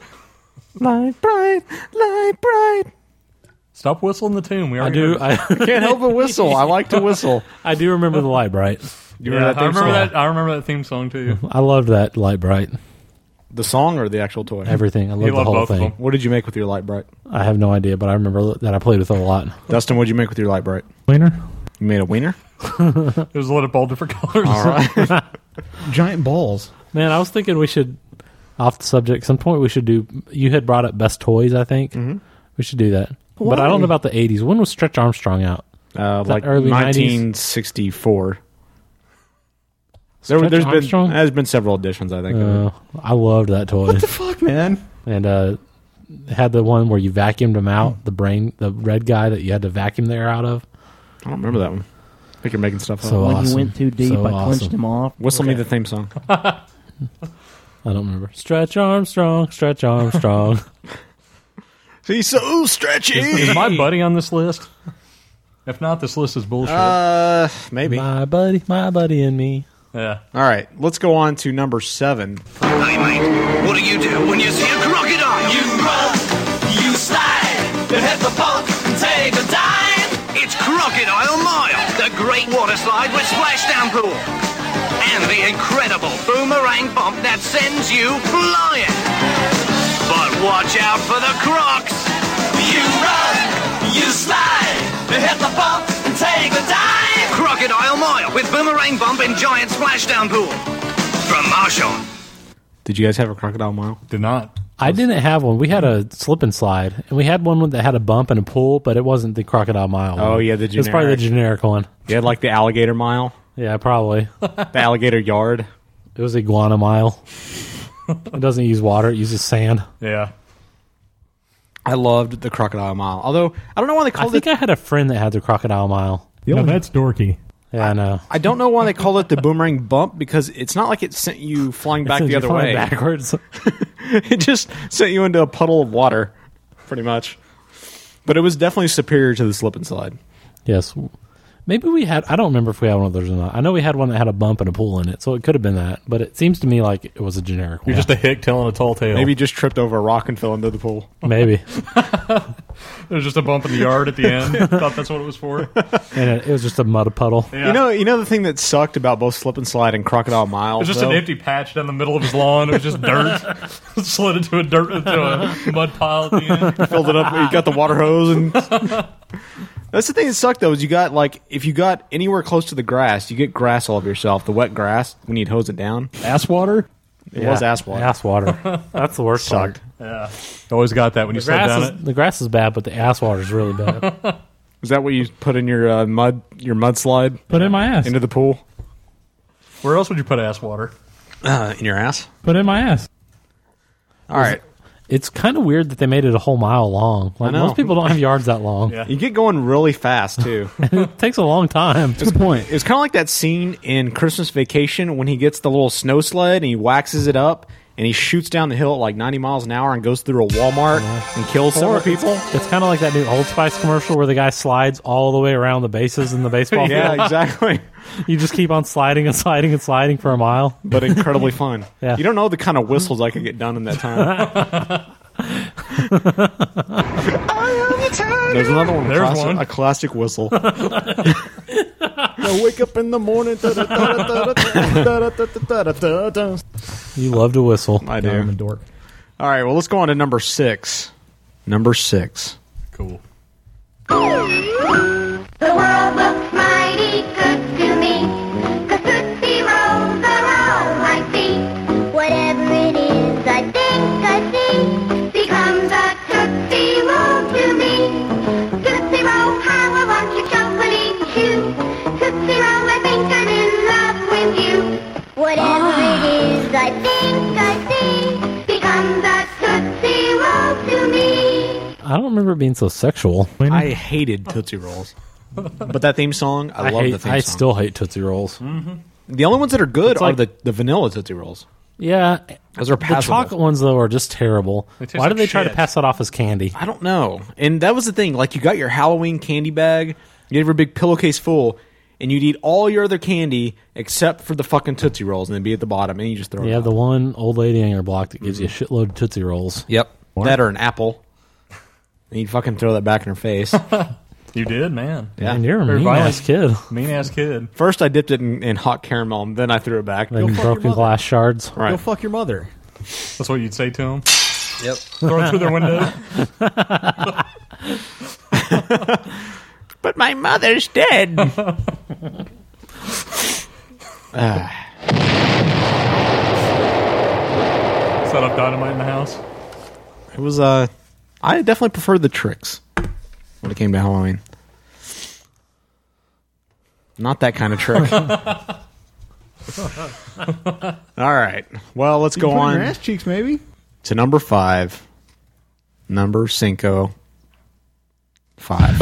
Light bright, light bright.
Stop whistling the tune. We
I
already
do.
heard it.
I
Can't help but whistle. I like to whistle.
I do remember the light bright.
You
Yeah, I remember that. I remember that theme song too.
I loved that light bright.
The song or the actual toy?
Everything. I He loved the loved whole both of thing. them.
What did you make with your light bright?
I have no idea, but I remember that I played with it a lot.
Dustin, what did you make with your light bright?
Wiener.
You made a wiener?
It was lit up all different colors.
All right.
Giant balls.
Man, I was thinking we should off the subject. Some point we should do. You had brought up best toys. I think we should do that. But I don't
Why?
know about the '80s. When was Stretch Armstrong out?
Uh,
Is that
like
early 90s?
1964. There,
Stretch
has been
Armstrong?
there's been several editions, I think. of it.
Uh, I loved that toy.
What the fuck, man?
and uh, it had the one where you vacuumed him out. The brain, the red guy that you had to vacuum the air out of.
I don't remember that one. I think you're making stuff up.
So
When you
awesome.
went
too deep,
So
I clenched
awesome.
him off.
Whistle me the theme song.
I don't remember. Stretch Armstrong, Stretch Armstrong.
He's so stretchy.
Is, is my buddy on this list? If not, this list is bullshit.
Uh, maybe.
my buddy, my buddy, and me.
yeah.
All right, let's go on to number seven.
Hey, mate, what do you do when you see a crocodile? You run, you slide, you hit the park and take a dive. It's Crocodile Mile, the great water slide with splashdown pool. And the incredible boomerang bump that sends you flying. But watch out for the crocs. You run, you slide, you hit the bump and take a dive. Crocodile Mile with boomerang bump and giant splashdown pool. From Marshall.
Did you guys have a crocodile mile?
Did not.
I didn't have one. We had a slip and slide, and we had one that had a bump and a pool, but it wasn't the crocodile mile.
Oh,
one.
yeah, the
It was probably the generic one.
You had like the alligator mile,
Yeah, probably.
the alligator yard.
It was iguana mile. it doesn't use water; it uses sand.
Yeah.
I loved the crocodile mile. Although I don't know why they
Oh, I
called
think
it.
I had a friend that had the crocodile mile.
Now that's dorky.
Yeah, I know.
I don't know why they called it the boomerang bump because it's not like it sent you flying back
Since
the
you're
other
flying
way.
backwards.
it just sent you into a puddle of water, pretty much. But it was definitely superior to the slip and slide.
yes, maybe we had. I don't remember if we had one of those or not. I know we had one that had a bump and a pool in it, so it could have been that. But it seems to me like it was a generic
You're
one.
just a hick telling a tall tale.
Maybe you just tripped over a rock and fell into the pool.
maybe,
There's just a bump in the yard at the end. Thought that's what it was for.
and it, it was just a mud puddle.
Yeah.
You know, you know the thing that sucked about both slip and slide and crocodile mile.
It was just
though?
an empty patch down the middle of his lawn. It was just dirt. Slid into a dirt into a mud pile at the end.
filled it up. You got the water hose, and That's the thing that sucked though is you got like if you got anywhere close to the grass, you get grass all over yourself. The wet grass when you'd hose it down. Ass water. It was
Yeah,
ass water.
ass water. That's the worst
Sucked.
Yeah. Always got that when
the
you slid
grass
down
is,
it.
The grass is bad, but the ass water is really bad.
Is that what you put in your uh, mud your mudslide?
Put it in my ass.
into the pool.
Where else would you put ass water?
Uh, in your ass.
Put it in my ass.
All right.
It's kind of weird that they made it a whole mile long. Like
know.
most people don't have yards that long.
You get going really fast too.
it takes a long time.
It's point. It's kind of like that scene in Christmas Vacation when he gets the little snow sled and he waxes it up and he shoots down the hill at like 90 miles an hour and goes through a Walmart and kills several
Or-
people.
It's kind of like that new Old Spice commercial where the guy slides all the way around the bases in the baseball
Yeah,
field.
exactly.
you just keep on sliding and sliding and sliding for a mile.
But incredibly fun.
Yeah.
You don't know the kind of whistles I could get done in that time. There's another one.
There's
classic-
one.
A classic whistle. I wake up in the morning.
You love to whistle.
I do.
I'm a
dork. All right, well, let's go on to number six. Number six.
Cool.
The world looks mighty good to me. Cause Tootsie Rolls are all I see. Whatever it is I think I see becomes a Tootsie Roll to me. Tootsie Roll, how I want your chocolatey chew. Tootsie Roll, I think I'm in love with you. Whatever it is I think I see becomes a Tootsie Roll to me.
I don't remember it being so sexual.
I hated Tootsie Rolls. But that theme song, I,
I
love
hate-
the theme
I
song.
still hate Tootsie Rolls.
The only ones that are good
It's
are
like-
the, the vanilla Tootsie Rolls.
Yeah,
Those are
the
passable.
chocolate ones though are just terrible.
They
Why did
taste like
they try to
shit.
pass that off as candy?
I don't know. And that was the thing. Like, you got your Halloween candy bag, you have your big pillowcase full, and you'd eat all your other candy except for the fucking Tootsie Rolls, and then be at the bottom, and you just throw
You
it out.
have the one old lady on your block that gives
Mm-hmm.
you a shitload of Tootsie Rolls.
Yep. That or an apple. And you'd fucking throw that back in her face.
You did, man.
Yeah.
Man, you're a
Very
mean
violent.
ass kid.
Mean ass kid.
First, I dipped it in, in hot caramel, and then I threw it back.
Like broken glass shards.
Right.
Go fuck your mother.
That's what you'd say to him.
Yep.
Throw it through their window.
But my mother's dead. Ah.
Set up dynamite in the house.
it was, uh, I definitely preferred the tricks when it came to Halloween. Not that kind of trick. All right. Well, let's
You
go
put it in
on
Your ass cheeks, maybe.
to number five. Number cinco. Five.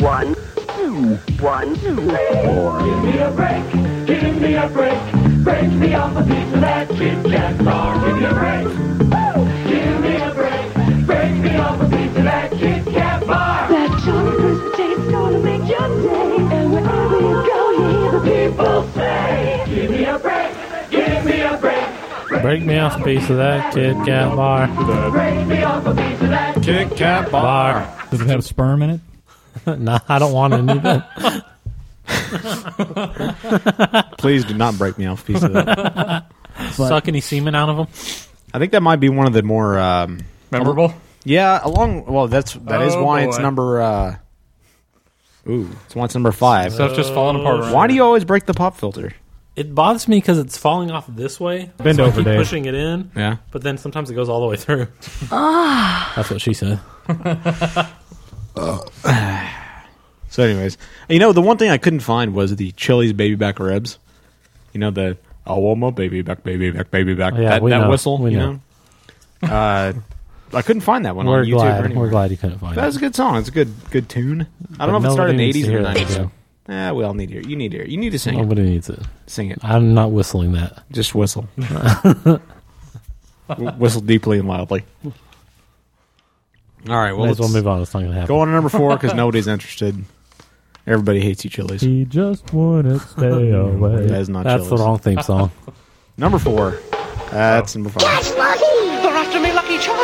One, two, one, two, four.
Give me a break, give me a break, break me off a piece of that Kit Kat bar. Give me a break, give me a break, break me off a piece of that Kit Kat bar. That chocolate crispy taste's gonna make your day, and wherever you go, you hear the people say, Give me a break, give me a break,
Break me off a piece of that Kit Kat bar.
break me off a piece of that Kit Kat
Bar.
Does it have sperm in it?
nah, I don't want any of it.
Please do not break me off a piece of that.
Suck any semen out of them.
I think that might be one of the more um,
Memorable?
Yeah, along. Well, that's that is
Oh,
why it's
boy.
number. Uh, ooh, it's why it's number five.
Stuff's just falling apart around
Why
here.
do you always break the pop filter?
It bothers me because it's falling off this way.
Bend
so I
over,
keep
Dave.
pushing it in.
Yeah.
But then sometimes it goes all the way through.
Ah.
That's what she said.
So, anyways, you know the one thing I couldn't find was the Chili's baby back ribs. You know the I want my baby back, baby back, baby back.
Yeah,
that
we
that
know.
whistle.
We
you know.
know.
uh, I couldn't find that one
We're
on YouTube.
glad-
Or anywhere.
we're glad you couldn't find
That
it.
was a good song. It's a good good tune. I don't know
But
if it started in the
nobody needs
eighties
to
or
hear that,
nineties.
though.
Yeah, we all need to hear. it. You need to hear. it. You need to sing it.
Nobody needs it.
Sing it.
I'm not whistling that.
Just whistle. Wh- Whistle deeply and loudly. All right. Well,
Might as well
let's-
move on. It's not going to happen.
Go on to number four because nobody's interested. Everybody hates you, Chili's.
He just wanted to stay away.
That is not
That's the
Chili's.
wrong theme song.
Number four. That's number five.
That's lucky.
They're after me lucky charm.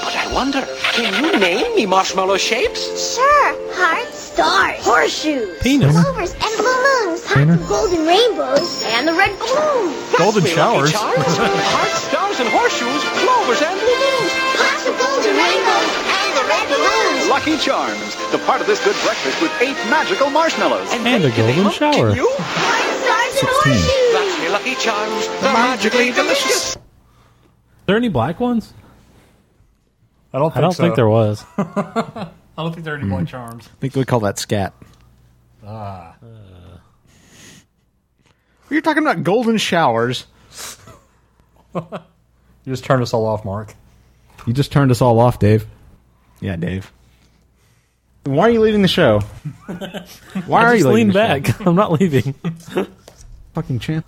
But I wonder, can you name me marshmallow shapes?
Sure. Hearts, stars, horseshoes,
Penis.
clovers, and blue moons, hearts of golden rainbows, and the red balloons.
Golden showers. Hearts, stars, and horseshoes, clovers, and balloons.
Hearts of golden rainbows and the red balloons.
Lucky Charms, the part of this good breakfast with eight magical marshmallows.
And a golden shower.
That's me, Lucky Charms. They're magically delicious.
there any black ones?
I don't. Think
I don't
so.
think there was.
I don't think there are any more charms.
I think we call that scat.
Ah.
You're talking about golden showers.
You just turned us all off, Mark.
You just turned us all off, Dave.
Yeah, Dave. Why are you leaving the show? Why
I
are
just
you leaving
lean
the
back?
show?
I'm not leaving.
Fucking champ.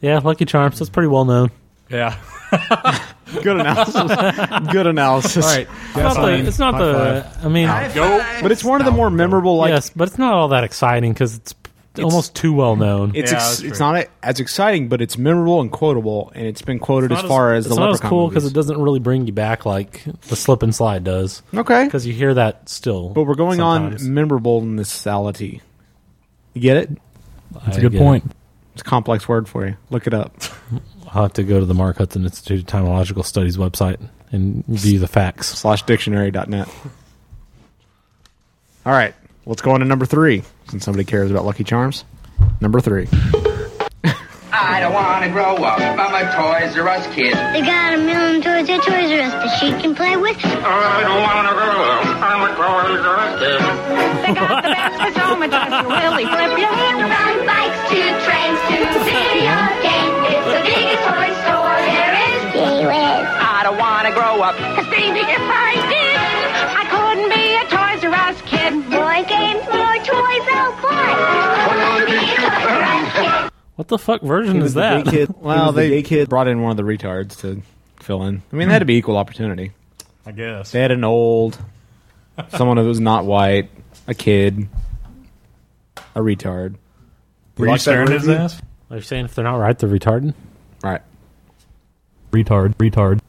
Yeah, Lucky Charms. That's pretty well known.
Yeah.
Good analysis. Good analysis.
All right. It's not the. It's not the I mean,
But it's one of the more memorable. Like
yes, but it's not all that exciting because it's, almost too well known.
it's ex- it's not a, as exciting, but it's memorable and quotable, and it's been quoted as far as
it's
the
not as
Leprechaun
cool
movies.
because it doesn't really bring you back like the slip and slide does.
Okay,
because you hear that still.
But we're going
sometimes.
on memorableness-ality. You get it?
That's a I good get point. it.
It's a complex word for you. Look it up.
I'll have to go to the Mark Hudson Institute of Timological Studies website and view the facts.
Slash dictionary.net. All right, let's go on to number three, since somebody cares about Lucky Charms. Number three.
I don't want to grow up. I'm a Toys R Us kid.
They got a million toys at Toys R Us that she can play with.
Oh, I don't want to grow up. I'm a Toys R Us kid. They got the best pajamas you really flip your head.
From bikes to trains to video games, it's the biggest toy store there is.
I don't want to grow up. Cause baby, if I did, I couldn't be a Toys R Us kid. Boy games, more toys, oh boy. oh,
What the fuck version is that?
Well, they brought in one of the retards to fill in. I mean, it had to be equal opportunity.
I guess.
They had an old, someone who was not white, a kid, a retard.
Were you staring at his ass? Are you saying if they're not right, they're retarded?
Right.
Retard. Retard.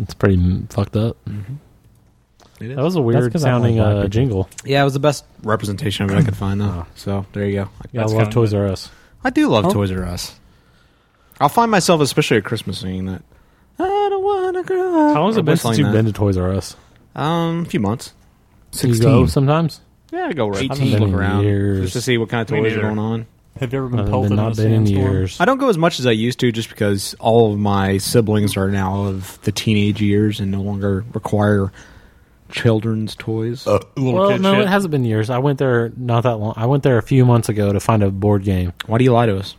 It's pretty mm, fucked up.
It is.
That was a weird sounding uh, jingle.
Yeah, it was the best representation of it I could find, though. So there you go.
Yeah, I love Toys R Us.
I do love
Oh.
Toys R Us. I'll find myself, especially at Christmas, singing that. I don't want to grow up.
How long has
Or
it been since
whistling
you've
that.
been to Toys R Us?
Um, a few months.
You go sometimes.
Yeah, I go around.
18.
Look around
Years.
just to see what kind of
Me
toys are
neither.
going on.
Have you ever
been I've pelted been in not a been in sandstorm? years.
I don't go as much as I used to, just because all of my siblings are now of the teenage years and no longer require children's toys. Uh,
Well, no, it hasn't been years. I went there not that long. I went there a few months ago to find a board game.
Why do you lie to us?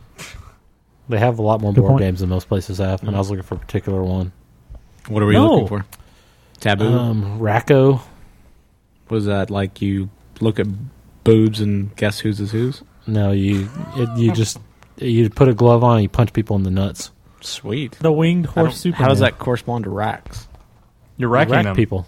They have a lot more
Good
board
point.
games than most places have, and I was looking for a particular one.
What are we
No.
looking for? Taboo.
Um, Racco.
Was that like you look at boobs and guess whose is whose?
No, you it, you just you put a glove on and you punch people in the nuts.
Sweet.
The winged
I don't- How does that correspond to racks?
You're
You rack people?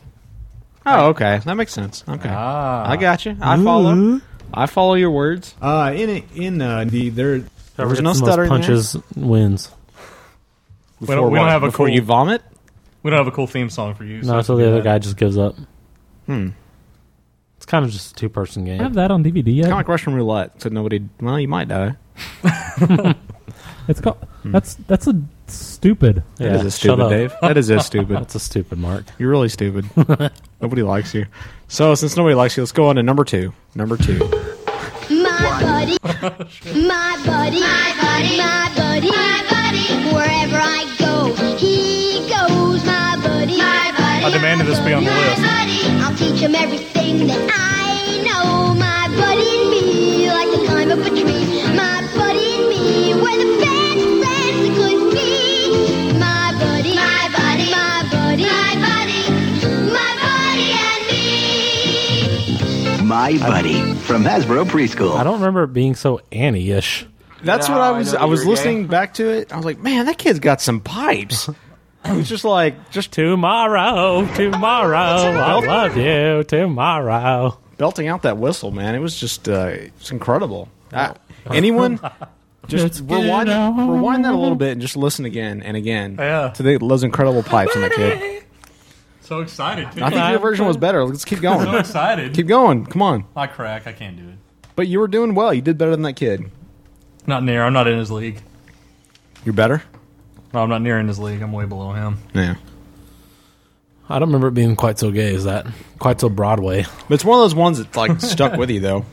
Oh, okay. That makes sense. Okay.
Ah.
I got you. I follow. I follow your words.
Uh, in it- in uh, the there,
There was no stuttering there?
punches wins.
We don't, we don't have a cool.
vomit.
We don't have a cool theme song for you.
No, so the other guy just gives up.
Hmm.
It's kind of just a two person game.
I have that on DVD
It's
yet.
kind of like Russian roulette. So nobody. Well, you might die.
It's called.
Hmm.
That's that's a stupid.
that is a stupid, Dave. That is a stupid. That's
a stupid, Mark.
You're really stupid. nobody likes you. So since nobody likes you, let's go on to number two. Number two.
My buddy, my buddy, my buddy, my buddy, my buddy. Wherever I go, he goes. My buddy, my buddy,
I demanded this be on the list.
buddy. I'll teach him everything that I know. My buddy and me, like the climb up a tree. My buddy and me, we're the best friends that could be. My buddy, my buddy, my buddy, my buddy, my buddy and me.
My buddy from Hasbro Preschool.
I don't remember it being so Annie ish.
That's what I was. I, was listening back to it. I was like, man, that kid's got some pipes. It's just like just
tomorrow, tomorrow. I love you tomorrow.
Belting out that whistle, man, it was just uh, it's incredible. I, anyone,
Let's
just
get
rewind,
on.
rewind that a little bit and just listen again and again
Yeah.
to the, those incredible pipes in that kid.
So excited. Too.
I think your version was better. Let's keep going.
So excited.
Keep going. Come on.
I crack. I can't do it.
But you were doing well. You did better than that kid.
Not near. I'm not in his league.
You're better.
No, I'm not near in his league. I'm way below him.
Yeah.
I don't remember it being quite so gay as that. Quite so Broadway.
But it's one of those ones that's like stuck with you though.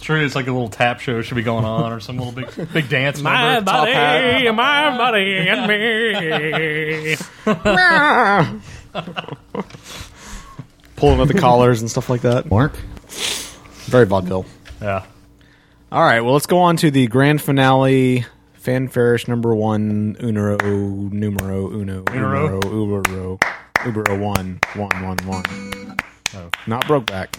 True, it's like a little tap show should be going on, or some little big big dance.
My
number, top
body,
hat.
my body, and me.
Pulling at the collars and stuff like that. Mark. Very vaudeville.
Yeah.
All right, well, let's go on to the grand finale, fanfarish number one, unero, numero, uno, unero,
Unero?
ubero, ubero, one, one, one, one. Oh, Not Brokeback.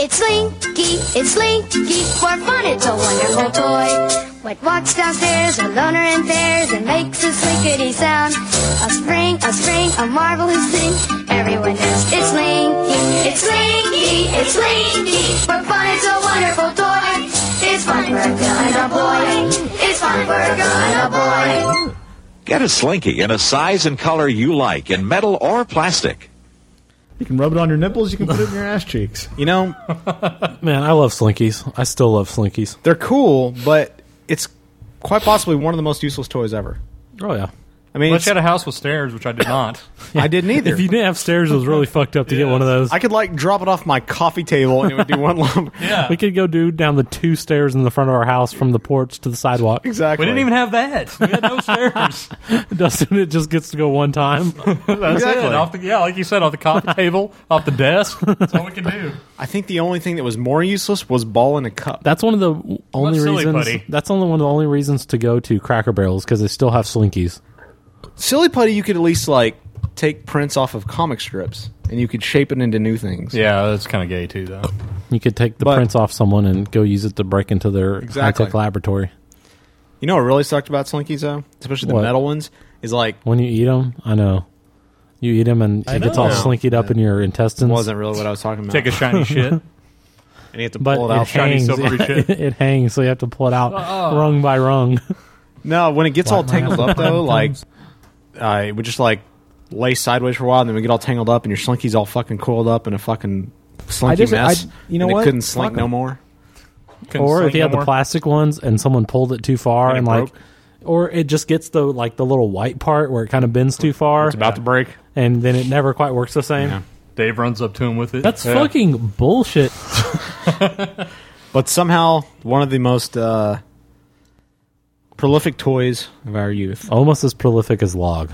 It's Slinky, it's Slinky, for fun it's a wonderful toy. What walks downstairs with loner and theirs and makes a slinkity sound. A spring, a spring, a marvelous thing, everyone knows it's Slinky. It's Slinky, it's Slinky, for fun it's a wonderful toy. It's fun for a girl and a boy, it's fun for a girl and a boy.
Get a slinky in a size and color you like in metal or plastic.
You can rub it on your nipples. You can put it in your ass cheeks.
You know,
Man, I love Slinkies. I still love Slinkies.
They're cool, but it's quite possibly one of the most useless toys ever.
Oh yeah.
I mean,
Unless you
it's-
had a house with stairs, which I did not.
I didn't either.
If you didn't have stairs, it was really fucked up to get one of those.
I could like drop it off my coffee table and it would do one lump.
We could go do down the two stairs in the front of our house from the porch to the sidewalk.
Exactly.
We didn't even have that. We had no stairs.
Dustin, it just gets to go one time.
That's it. Off the, yeah, like you said, off the coffee table, off the desk. That's all we can do.
I think the only thing that was more useless was ball in a cup.
That's one of the only
Silly
reasons.
Putty.
That's only one of the only reasons to go to Cracker Barrels because they still have Slinkies.
Silly putty, you could at least like take prints off of comic strips and you could shape it into new things.
Yeah, that's kind of gay too, though.
You could take the prints off someone and go use it to break into their
Exactly.
high-tech laboratory.
You know what really sucked about Slinkies though, especially the
What?
metal ones, is like
When you eat them, I know you eat them and
I
it gets
know.
all
Yeah.
slinkied up in your intestines.
wasn't really what I was talking about.
Take a shiny shit.
and you have to
but
pull
it
it out.
hangs. It, hangs, so you have to pull it out
Oh.
rung by rung.
No, when it gets all tangled up though, like uh, it would just like lay sideways for a while, and then we get all tangled up, and your Slinky's all fucking coiled up in a fucking Slinky
I just-
mess.
I- you know
and
what?
It couldn't slink
Fuck
no
'em.
more.
or if you had the plastic ones and someone pulled it too far and,
And it
like or it just gets the like the little white part where it kind of bends too far it's
about to break
and then it never quite works the same
Dave runs up to him with it.
that's
Yeah.
fucking bullshit
But somehow, one of the most uh, prolific toys of our youth.
almost as prolific as log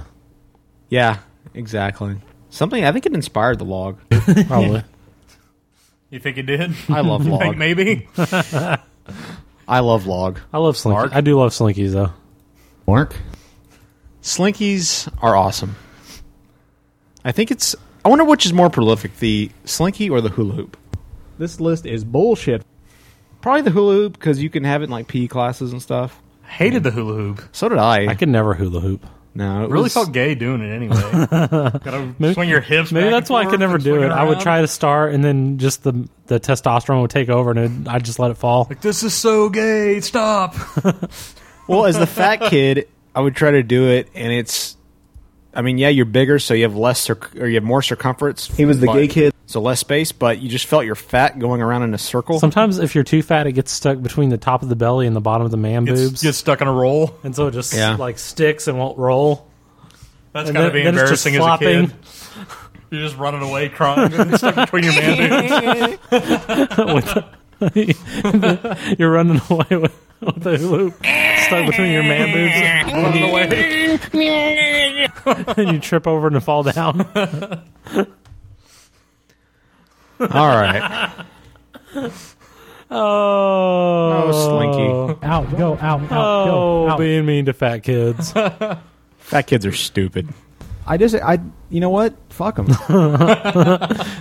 Yeah, exactly. Something I think it inspired the log.
probably
You think it did?
I love
You
log.
think maybe.
I love log.
i love slinkies
Mark?
i do love slinkies though
Mark, Slinkies are awesome. I think it's. I wonder which is more prolific, the Slinky or the hula hoop.
This list is bullshit.
Probably the hula hoop because you can have it in like PE classes and stuff.
Hated the hula hoop.
So did I.
i could never hula hoop
no, it
Really
was-
felt gay doing it anyway. Gotta swing your hips.
maybe
back
that's
and
why i could
forth
never
and
do
swing
it i would
around.
try to start and then just the the testosterone would take over and it'd- i'd just let it fall
This is so gay. Stop.
well, as the fat kid, I would try to do it, and it's. I mean, yeah, you're bigger, so you have less circ- or you have more circumference. He
was the gay kid.
so less space, but you just felt your fat going around in a circle.
Sometimes if you're too fat, it gets stuck between the top of the belly and the bottom of the man
Gets-
boobs.
gets stuck on a roll,
and so it just
Yeah.
like sticks and won't roll.
That's
And
gotta
then-
be
then it's just
embarrassing as a kid.
flopping.
You're just running away, crying, and stuck between your man
With- you're running away with, with the loop stuck between your man boobs. running away, and you trip over and fall down.
All right,
Oh,
Oh, Slinky.
Out, go, out, out,
Oh,
go, out.
being mean to fat kids.
fat kids are stupid.
I just I you know what? Fuck them.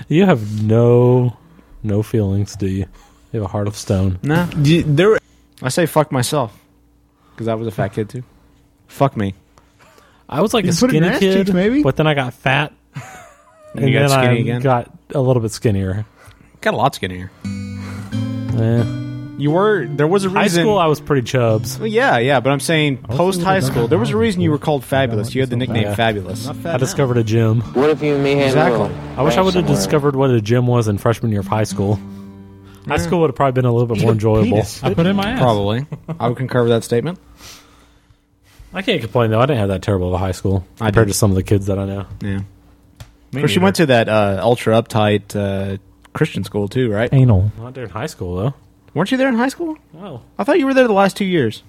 you have no, no feelings, do you? You have a heart of stone.
No, there. I say fuck myself because I was a fat kid too. Fuck me.
I was like
You
a
put it in
skinny
your ass
kid,
cheeks, maybe?
but then I got fat,
And you got
then
skinny
I
again?
got a little bit skinnier.
Got a lot skinnier.
Eh.
You were there was a reason.
High school, I was pretty chubs.
Well, yeah, yeah, but I'm saying post high school, there was a reason you were called fabulous. You had the nickname
Yeah.
fabulous.
I discovered a gym.
What if you may have
Exactly.
little
I wish I
crash
would have
somewhere?
discovered what a gym was in freshman year of high school. High school would have probably been a little bit more enjoyable.
I put it in my ass.
Probably. I would concur with that statement.
I can't complain though. I didn't have that terrible of a high school compared to some of the kids that I know.
Yeah. Of course, you went to that uh, ultra uptight uh, Christian school too, right?
Anal.
Not during high school though.
Weren't you there in high school?
No.
I thought you were there the last two years.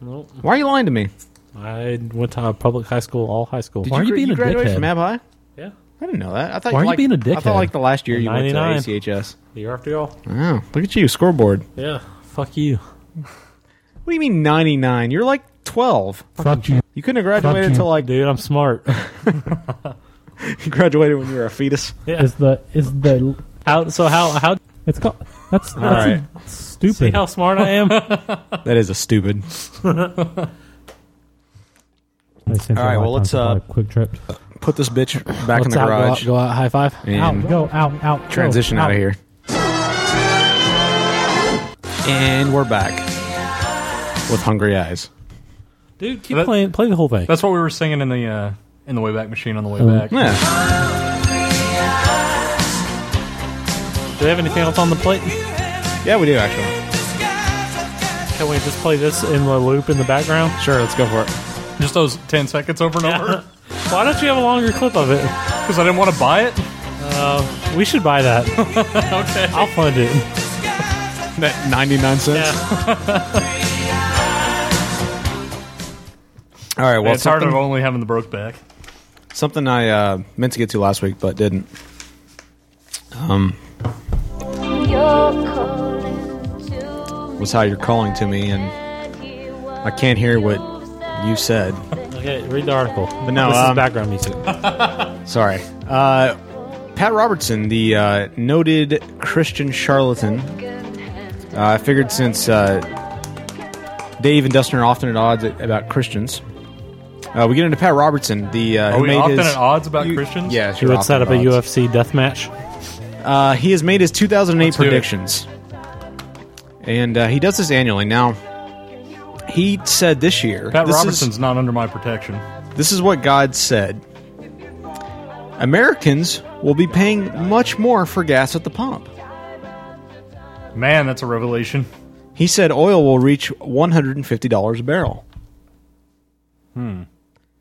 Nope.
Why are you lying to me?
I went to a public high school, all high school.
Did you, gra- you graduated from Ab High?
Yeah.
I didn't know that. I thought
Why are you
like,
being a
I thought like
dickhead?
the last year you went to
99.
ACHS.
The year after y'all.
Wow, look at you, scoreboard.
Yeah. Fuck you.
What do you mean 99? You're like 12.
Fuck you.
You couldn't have graduated
Fuck you.
until like.
Dude, I'm smart.
you graduated when you were a fetus.
Is the is the
How so? How how
it's called? That's
All
that's
right.
a- stupid.
see how smart I am?
That is a stupid. All right, well, let's, uh,
quick trip.
Put this bitch back in
Let's
the
out, go
garage.
out- go out, high five.
And
out, go out, out. go,
transition out of here. And we're back with hungry eyes.
Dude, keep playing. Play the whole thing.
That's what we were singing in the uh, in the Wayback Machine on the way
Oh.
Mm.
back.
Yeah.
Do they have anything else on the plate?
Yeah, we do actually.
Can we just play this in the loop in the background?
Sure, let's go for it.
Just those ten seconds over and over.
Why don't you have a longer clip of it?
Because I didn't want to buy it.
Uh, we should buy that. okay. I'll fund it.
That 99 cents. All right, well,
it's hard
something,
of only having the broke back.
something I uh, meant to get to last week but didn't. Um, was how you're calling to me, and I can't hear what you said.
Okay, read the article.
But no,
this
um,
is background music.
Sorry. Uh, Pat Robertson, the uh, noted Christian charlatan. Uh, I figured since uh, Dave and Dustin are often at odds at, about Christians, uh, we get into Pat Robertson, the uh,
Are
who
we
made
often
his,
at odds about
you-
Christians?
Yeah,
You
sure,
would set up a
often at odds.
UFC death match.
Uh, he has made his 2008
do it.
predictions, and uh, he does this annually. Now, he said this year,
Pat
this is-
Robertson's not under my protection.
This is what God said Americans will be paying much more for gas at the pump.
Man, that's a revelation.
He said oil will reach $150 a barrel. Hmm.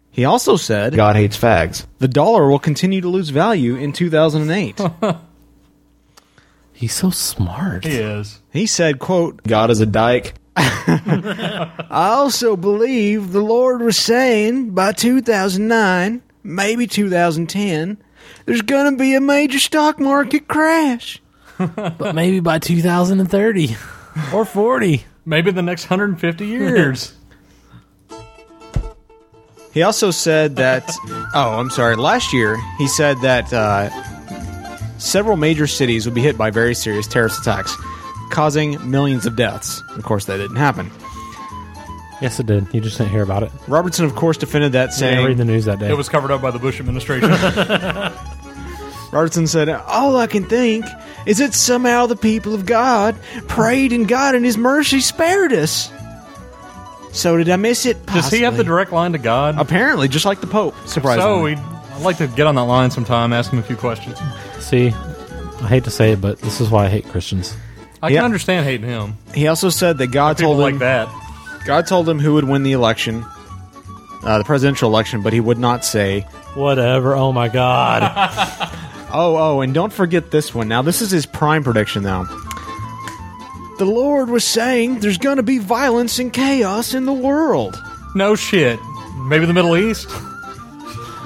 He also said God hates fags. The dollar will continue to lose value in 2008.
He's so smart.
He is.
he said, quote, God is a dyke. I also believe the Lord was saying by 2009, maybe 2010, there's going to be a major stock market crash.
But maybe by 2030 or 40.
Maybe the next 150 years.
He also said that, oh, I'm sorry, last year he said that uh, several major cities would be hit by very serious terrorist attacks, causing millions of deaths. Of course, that didn't happen.
Yes, it did. You just didn't hear about it.
Robertson, of course, defended that,
I didn't read
saying,
the news that day.
it was covered up by the Bush administration.
Robertson said, All I can think is that somehow the people of God prayed and God in His mercy spared us. So did I miss it?
Does he have the
Possibly.
direct line to God?
Apparently, just like the Pope,
so
surprisingly.
we, I'd like to get on that line sometime, ask him a few questions.
See, I hate to say it, but this is why I hate Christians.
I
Yeah.
can understand hating him.
he also said that God
People
told
like
him
that.
God told him who would win the election, uh, the presidential election, but he would not say,
Whatever. Oh my God.
oh, oh, and don't forget this one. Now, this is his prime prediction, though. The Lord was saying there's going to be violence and chaos in the world.
No shit. Maybe the Middle East.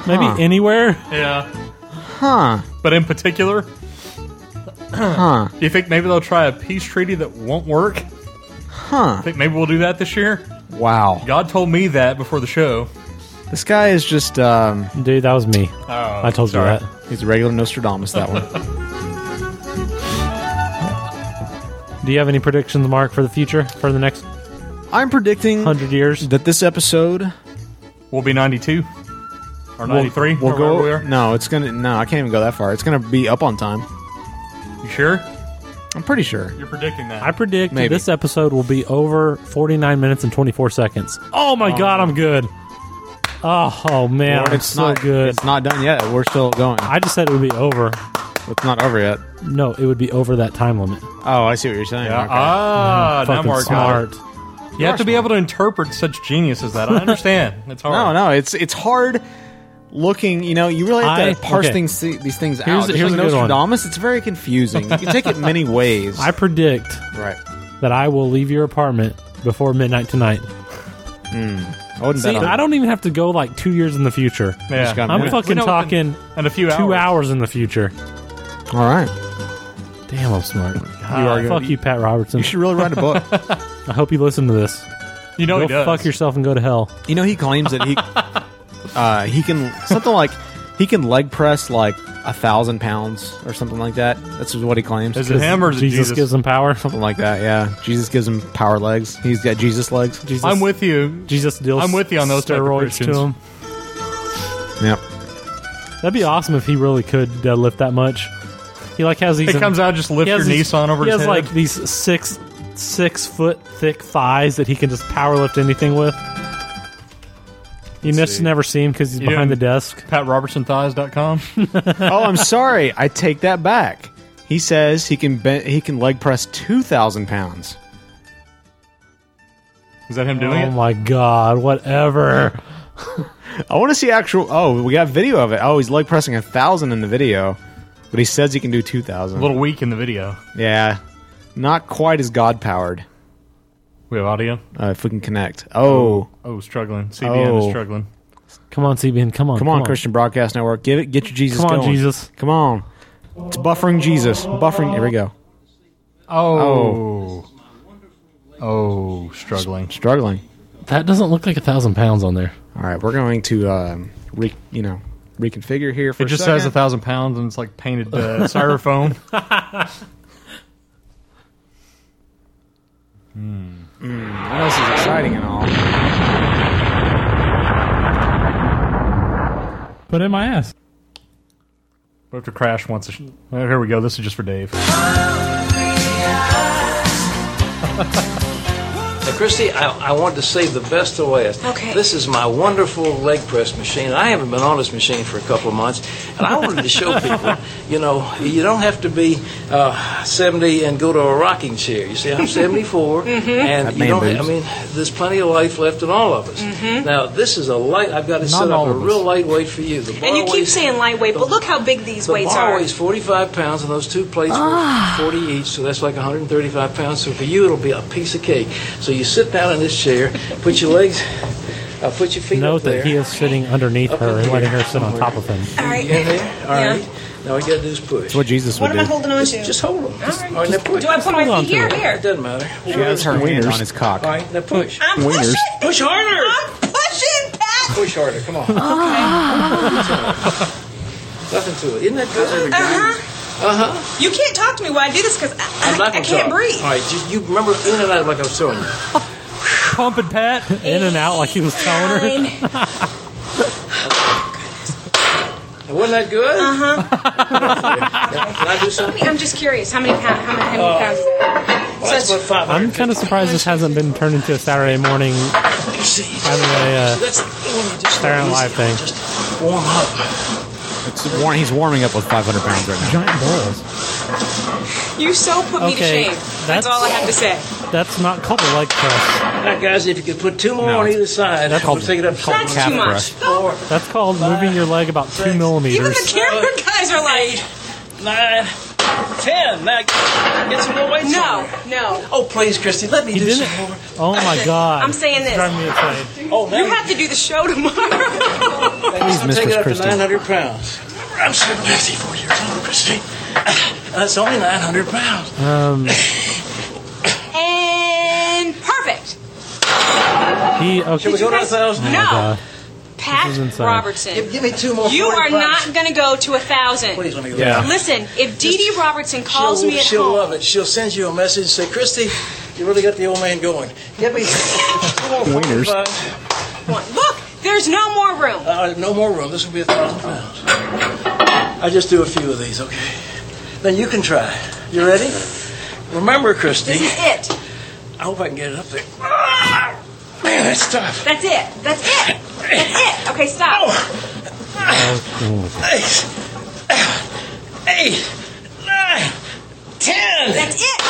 Maybe
Huh.
anywhere.
Yeah.
Huh.
But in particular,
Huh.
do you think maybe they'll try a peace treaty that won't work?
Huh.
Think maybe we'll do that this year?
Wow.
God told me that before the show.
This guy is just, um,
Dude, that was me.
Oh,
I told
sorry.
you that.
he's a regular Nostradamus, that one.
Do you have any predictions, Mark, for the future for the next
I'm predicting
hundred years?
that this episode
We'll be 92 or
will-
93.
will
or wherever
go.
we are.
No, it's going to, no, I can't even go that far. It's going to be up on time.
You sure?
I'm pretty sure.
You're predicting that.
I predict
Maybe.
this episode will be over 49 minutes and 24 seconds. Oh my god, I'm good. Oh, oh, man, I'm
it's
so
not
good.
It's not done yet. We're still going.
I just said it would be over.
It's not over yet.
No, it would be over that time limit.
Oh, I see what you're saying.
Yeah.
Okay.
Ah, now
Fucking
Mark got it.
smart.
You have to be able to interpret such genius as that. I understand. It's hard.
No, no, it's it's hard looking. You know, you really have to
I-
parse
okay.
things these things
Here's-
out. Just
here's
like
a good one.
Nostradamus, it's very confusing. You can take it many ways.
I predict
Right.
that I will leave your apartment before midnight tonight.
I wouldn't
See,
bet on
I
it.
don't even have to go like two years in the future.
Yeah. Just got
I'm
minutes.
fucking
We know
talking
and a few
two hours in the future.
All right.
Damn, I'm smart.
are
fuck
gonna-
you, Pat Robertson. You
should really write a book.
I hope you listen to this.
You know
go
he does.
fuck yourself and go to hell.
You know, he claims that he uh, he can something like he can leg press like a thousand pounds or something like that. That's what he claims.
Is it him or is it Jesus Jesus? gives
him power?
Something like that. Yeah, Jesus gives him power legs. He's got Jesus legs. Jesus.
I'm with you.
Jesus deals
I'm with you on those type of
steroids to
Christians.
him.
Yep.
That'd be awesome if he really could uh, lift that much. He like has these.
It comes out, just lift
he has
your
these-
Nissan over
He
his
has
head.
like these six six foot thick thighs that he can just power lift anything with. You just never see him because he's
You
behind the
doing
desk.
PatRobertsonThighs.com.
oh, I'm sorry. I take that back. He says he can ben- he can leg press two thousand pounds.
Is that him doing
oh
it?
my god! Whatever.
I want to see actual. Oh, we got video of it. Oh, he's leg pressing a thousand in the video, but he says he can do two
A
thousand.
little weak in the video.
Yeah, not quite as god powered.
We have audio.
Uh, if we can connect. Oh,
Oh, struggling. CBN is
Oh.
struggling.
Come on, CBN. Come on.
come on, Christian Broadcast Network. Give it. Get your Jesus.
Come on,
going.
Jesus.
Come on. It's buffering Jesus. Buffering. Here we go.
Oh. Oh, struggling.
Struggling.
That doesn't look like a thousand pounds on there.
All right, we're going to um, re- you know reconfigure here for
It
a
just
second.
says a thousand pounds and it's like painted uh, styrofoam.
I know this is exciting and all.
Put it in my ass.
We have to crash once. A sh- oh, here we go. This is just for Dave.
Now, Christy, I, I wanted to save the best to last. Okay. This is my wonderful leg press machine. I haven't been on this machine for a couple of months, and I wanted to show people, you know, you don't have to be uh, 70 and go to a rocking chair. You see, I'm 74,
Mm-hmm.
That
and you
man
don't.
boobs.
I mean, there's plenty of life left in all of us.
Mm-hmm.
Now, this is a light. I've got it
Not
set up
all
a
of us.
real lightweight for you. The bar
And you keep
weighs-
saying lightweight, but look how big these
the
weights
bar
are.
weighs 45 pounds, and those two plates
Ah.
were 40 each, so that's like 135 pounds. So for you, it'll be a piece of cake. So you sit down in this chair, put your legs, uh, put your feet
Note
up there.
that he is sitting underneath
Up in
her and
here.
letting her sit on top of him.
All right. In there. All right. Now all you gotta do is push.
That's what Jesus would
What
do.
am I holding on to? Just hold on. Just, all right, now push.
Do I put my feet here? or Here.
It doesn't matter.
She has her hand on his cock.
All right, now push.
I'm
Wieners.
pushing.
Push harder.
I'm pushing, Pat.
Push harder. Come on. Nothing to it. Isn't that good?
Uh-huh.
Uh-huh.
You can't talk to me while I do this because I,
I'm
I,
not
I
gonna
can't
talk.
breathe.
All right, you, you remember in and out like I was showing you.
Pumping Pat in and out like he was telling her.
Wasn't that good? Uh
Uh-huh.
huh. Can I do
How
something?
many- I'm just curious. How many pounds? How many, how many
Uh,
pounds? is that?
Well, that's about five.
I'm kind of surprised this hasn't been turned into a Saturday morning having a uh,
That's when you just
Saturday Night Live thing.
warm up.
It's war- he's warming up with 500 pounds right now.
Giant balls.
You so put me to
Okay,
shame.
that's-
That's all I have to say.
That's not called a leg press.
All right, guys, if you could put two more on either side, that's called, take it up.
That's too much.
Four,
That's called moving your leg about two
Even the
millimeters.
camera guys are like,
nine, ten. Now get some more weights.
no,
on there.
no.
Oh, please, Christy, let me
He
do
didn't.
some more.
Oh my god!
I'm saying this.
Driving me insane.
Oh,
You have to do the show tomorrow.
Please,
Mistress
take it up
Christie.
to 900 pounds. I'm 54 years old, Christy. That's only 900 pounds.
Um,
and perfect.
he. Okay.
Should we go to a thousand?
Oh my
No.
God. This is
Pat
insane.
Robertson.
Give, give me two more.
You
40
are
bucks.
not going to go to a thousand.
Please let me go.
Yeah.
Listen, if Dee Dee Robertson calls
she'll,
me at
she'll
home,
love it. She'll send you a message and say, Christy, you really got the old man going. Get me
Wieners.
Wieners.
one- look, there's no more room.
Uh, no more room. This will be a thousand pounds. I just do a few of these, okay? Then you can try. You ready? Remember, Christy.
This is it.
I hope I can get it up there. Ah! Man, that's tough.
That's it. That's it. That's it. Okay, stop.
Oh. Eight, eight, nine, ten.
That's it.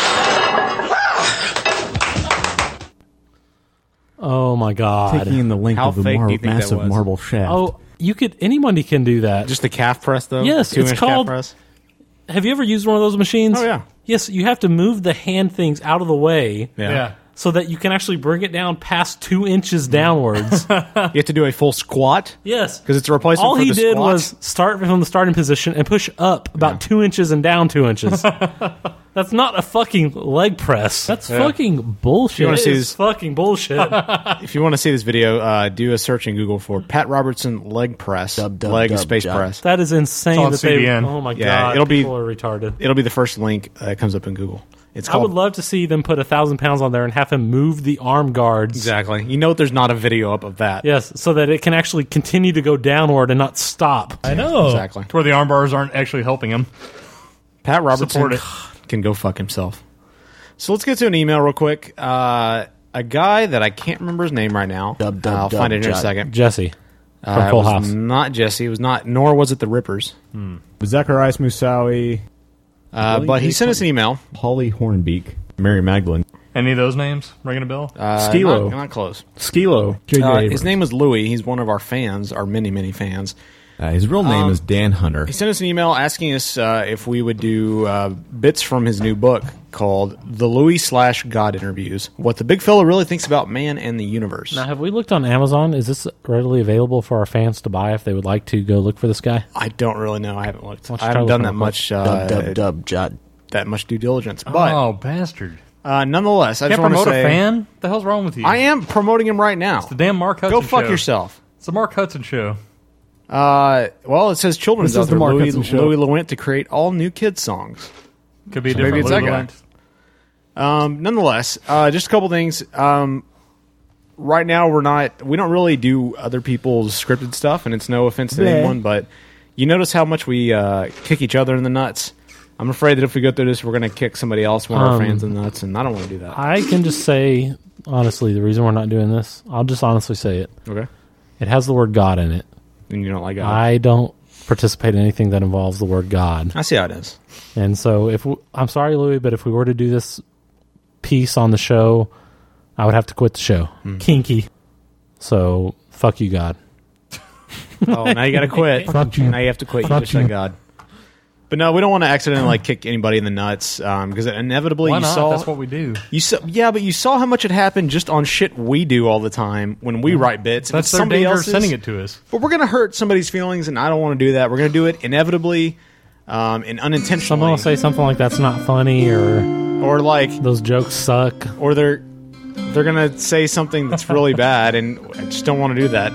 Oh god!
Taking in the length How of the fake mar- do you think that massive was? marble shaft.
Oh, you could. Anybody can do that.
Just the calf press, though.
Yes,
Two
it's
inch calf
called.
press?
Have you ever used one of those machines? Oh yeah. Yes, you have to move the hand things out of the way.
Yeah. Yeah.
So that you can actually bring it down past two inches downwards.
you have to do a full squat.
Yes,
because it's a replacement.
All
for
he
the
did
squat.
was start from the starting position and push up about two inches and down two inches. That's not a fucking leg press. That's
Yeah.
fucking bullshit.
You wanna see
It is
his-
fucking bullshit.
if you want to see this video, uh, do a search in Google for Pat Robertson leg press, leg
dub,
space
job.
press.
That is insane It's on that they- CBN. oh my God,
it'll be
people are retarded.
It'll be the first link that comes up in Google. It's
I
called
would love to see them put a thousand pounds on there and have him move the arm guards.
exactly. You know, there's not a video up of that.
Yes, so that it can actually continue to go downward and not stop.
I know.
exactly.
To where the arm bars aren't actually helping him.
Pat Robertson
Support it.
can go fuck himself. So let's get to an email real quick. Uh, a guy that I can't remember his name right now. I'll
dub,
find it in a
Jot-
second.
Jesse
Uh,
from
it
Full
was
House.
Not Jesse. It was not. Nor was it the Rippers.
Zacharias Musawi.
Uh, but he sent us an e- email.
Polly Hornbeak. Mary Magdalene.
Any of those names ringing a bell?
Uh,
Skilo.
Not, not close.
Skilo. JJ
Uh,
Abrams.
his name was Louis. He's one of our fans, our many, many fans.
Uh, his real name
Um,
is Dan Hunter.
He sent us an email asking us uh, if we would do uh, bits from his new book called "The Louis Slash God Interviews: What the Big Fella Really Thinks About Man and the Universe."
Now, have we looked on Amazon? Is this readily available for our fans to buy if they would like to go look for this guy?
I don't really know. I haven't looked.
Let's
I
try
haven't done that
looking real
much.
quick.
Uh,
Dub, dub,
jot. That much due diligence, but
oh bastard!
uh, nonetheless, I
Can't
just want to
promote
say,
a fan. The hell's wrong with you?
I am promoting him right now. It's the
damn Mark Hudson
Go fuck
show.
yourself.
It's the Mark Hudson show.
Uh, well, it says children's
This is
author
the Mark
Louis,
Hudson show.
Louis Lewent to create all new kids songs.
Could be a
So maybe
different
it's
Louis
that guy.
Lewent.
Um, nonetheless, uh, just a couple things. Um, right now, we're not we don't really do other people's scripted stuff, and it's no offense to
Bleh.
anyone, but you notice how much we uh, kick each other in the nuts. I'm afraid that if we go through this, we're going to kick somebody else, one of our
Um,
fans, in the nuts, and I don't want to do that.
I can just say honestly the reason we're not doing this. I'll just honestly say it.
Okay.
It has the word God in it.
And you don't like God.
I don't participate in anything that involves the word God.
I see how it is.
And so if we, I'm sorry Louis, but if we were to do this piece on the show, I would have to quit the show. Kinky. So fuck you God.
Oh, now you got to quit.
Fuck you.
Now you have to quit.
Fuck
you just said
you.
God. But no, we don't want to accidentally like kick anybody in the nuts because inevitably
Why
you
not?
saw
That's what we do.
You saw, yeah, but you saw how much it happened just on shit we do all the time when we write bits. If
That's
it's
their
somebody
danger of
else's,
sending it to us.
But we're gonna hurt somebody's feelings, and I don't want to do that. We're gonna do it inevitably um, and unintentionally.
Someone will say something like that's not funny or
or like
those jokes suck.
Or they're they're gonna say something that's really bad, and I just don't want to do that.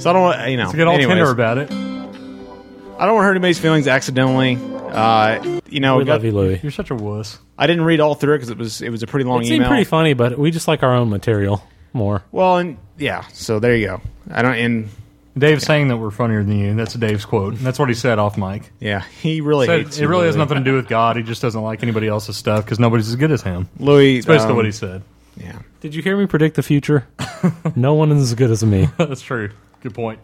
So I don't, want you know.
So get all
anyways,
tender about it.
I don't want to hurt anybody's feelings accidentally. Uh, you know,
we
got-
love you, Louis.
You're such a wuss.
I didn't read all through it because it was it was a pretty long
It seemed
email.
pretty funny, but we just like our own material more.
well, and yeah, so there you go. I don't. And
Dave's saying that we're funnier than you. That's Dave's quote. That's what he said off mic.
Yeah, he really
Said
hates
it.
you,
Really has
Louis.
nothing to do with God. He just doesn't like anybody else's stuff because nobody's as good as him.
Louis,
That's basically
um,
what he said.
Did you hear me predict the future? no one is as good as me.
That's true. Good point.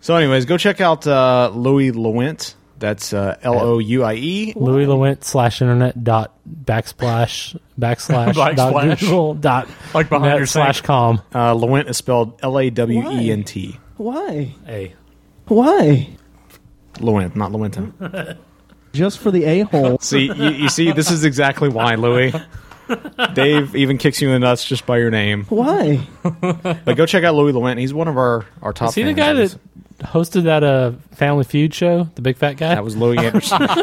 So, anyways, go check out uh, Louis Lewent. That's uh, L O U I E.
Louis Lewent slash internet dot backsplash backslash dot
Backslash.
Google dot
Like behind
net
your sink.
slash com.
Uh, Lewent is spelled L A W E N T.
Why?
Hey.
Why?
Lewent, not Lewenta.
Just for the a hole.
See, you, you see, this is exactly why, Louis. Dave even kicks you in the nuts just by your name.
Why?
But go check out Louis Lewent. He's one of our our top.
Is he the
fans.
guy that hosted that uh, Family Feud show? The big fat guy? That
was Louis Anderson.
Didn't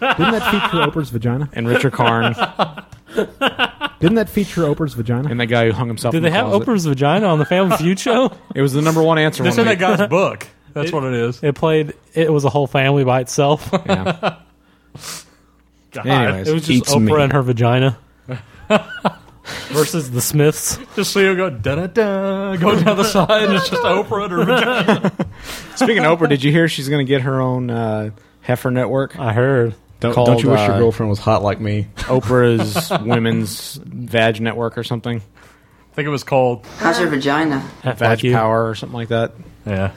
that feature Oprah's vagina?
And Richard Karn.
Didn't that feature Oprah's vagina?
and that guy who hung himself?
Did
in
they
the
have
closet.
Oprah's vagina on the Family Feud show?
It was the number one answer.
They
one
said that
week.
guy's book. That's what it is.
It played. It was a whole family by itself.
Yeah.
God.
Anyways,
it was just
eats
Oprah
me.
and her vagina versus the Smiths.
Just so you go da da da, go down the side, and it's just Oprah and her vagina.
Speaking of Oprah, did you hear she's going to get her own uh, heifer network?
I heard.
Don't, don't you wish
Uh,
your girlfriend was hot like me?
Oprah's Women's Vag Network or something?
I think it was called
How's your
vagina?
Vag
like you.
Power or something like that.
Yeah.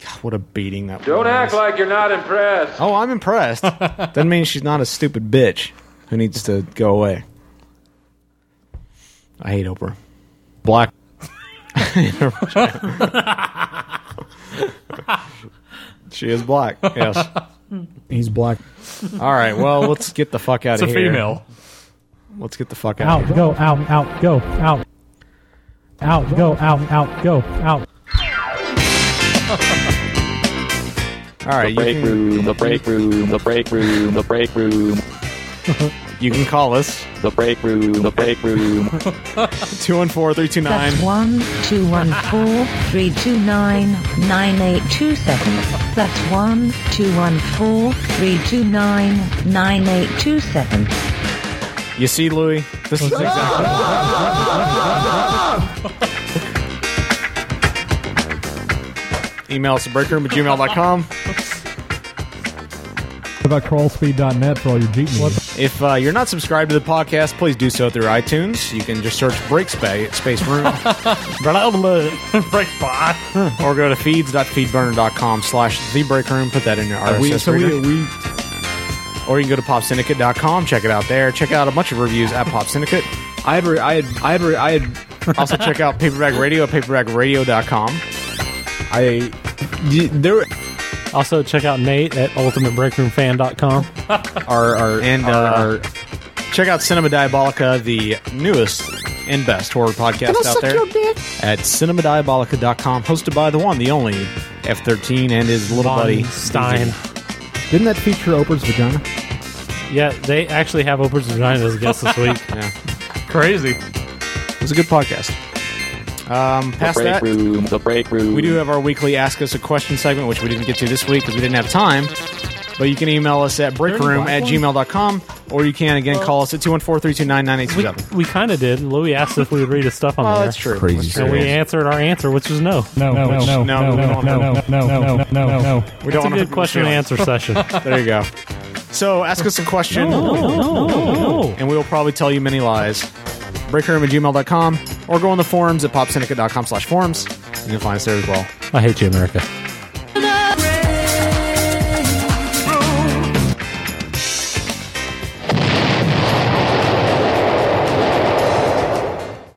God, what a beating that
Don't
was.
act like you're not impressed.
Oh, I'm impressed. Doesn't mean she's not a stupid bitch who needs to go away. I hate Oprah. Black. I hate Oprah. she is black. Yes.
He's black.
All right. Well, let's get the fuck out
It's
of
a
here.
female.
Let's get the fuck out.
Out, go, out, out, go, out. Out, go, out, out, go, out.
All right.
break room, the break room, the break room, the break room.
you can call us.
The break room, the break room.
214
That's
329.
one two one four three two nine nine eight two seven. That's one two one four three two nine nine eight two seven.
You see, Louis? This is exactly. Email us at breakroom at gmail.com.
What about crawlspeed.net for all your Jeep needs?
If uh, you're not subscribed to the podcast, please do so through iTunes. You can just search Break Space, Space Room. Break Spot. Or go to feeds.feedburner.com slash The Break Room. Put that in your
Uh, we-
RSS
so we-
reader. Or you can go to popsyndicate.com. Check it out there. Check out a bunch of reviews at Pop Syndicate. I had, I had, I had, I had. Also check out Paperback Radio at paperbackradio.com. I, there.
Also, check out Nate at ultimatebreakroomfan.com.
our, our and uh, check out Cinema Diabolica, the newest and best horror podcast out there at cinemadiabolica.com, hosted by the one, the only F13 and his little
Von
buddy
Stein.
Didn't that feature Oprah's vagina?
Yeah, they actually have Oprah's Vagina as a guest this week.
yeah.
Crazy.
It was a good podcast. Um,
The
past
break
that,
room, the break room.
we do have our weekly Ask Us a Question segment, which we didn't get to this week because we didn't have time. But you can email us at breakroom at gmail.com, or you can, again, call us at 214 329 9827.
We uh, kind of did. Louis asked if we would read his stuff on
Well,
there.
that's true. Crazy That's true.
And we answered our answer, which was no.
No, no,
Which-
no, no, no, no, no, no, no, no, no.
We
That's
don't
a
want
good question and answer session.
there you go. So ask us a question, and we will probably tell you many lies. Breakroom at gmail.com or go on the forums at popsyndicate.com slash forums. You can find us there as well.
I hate you, America.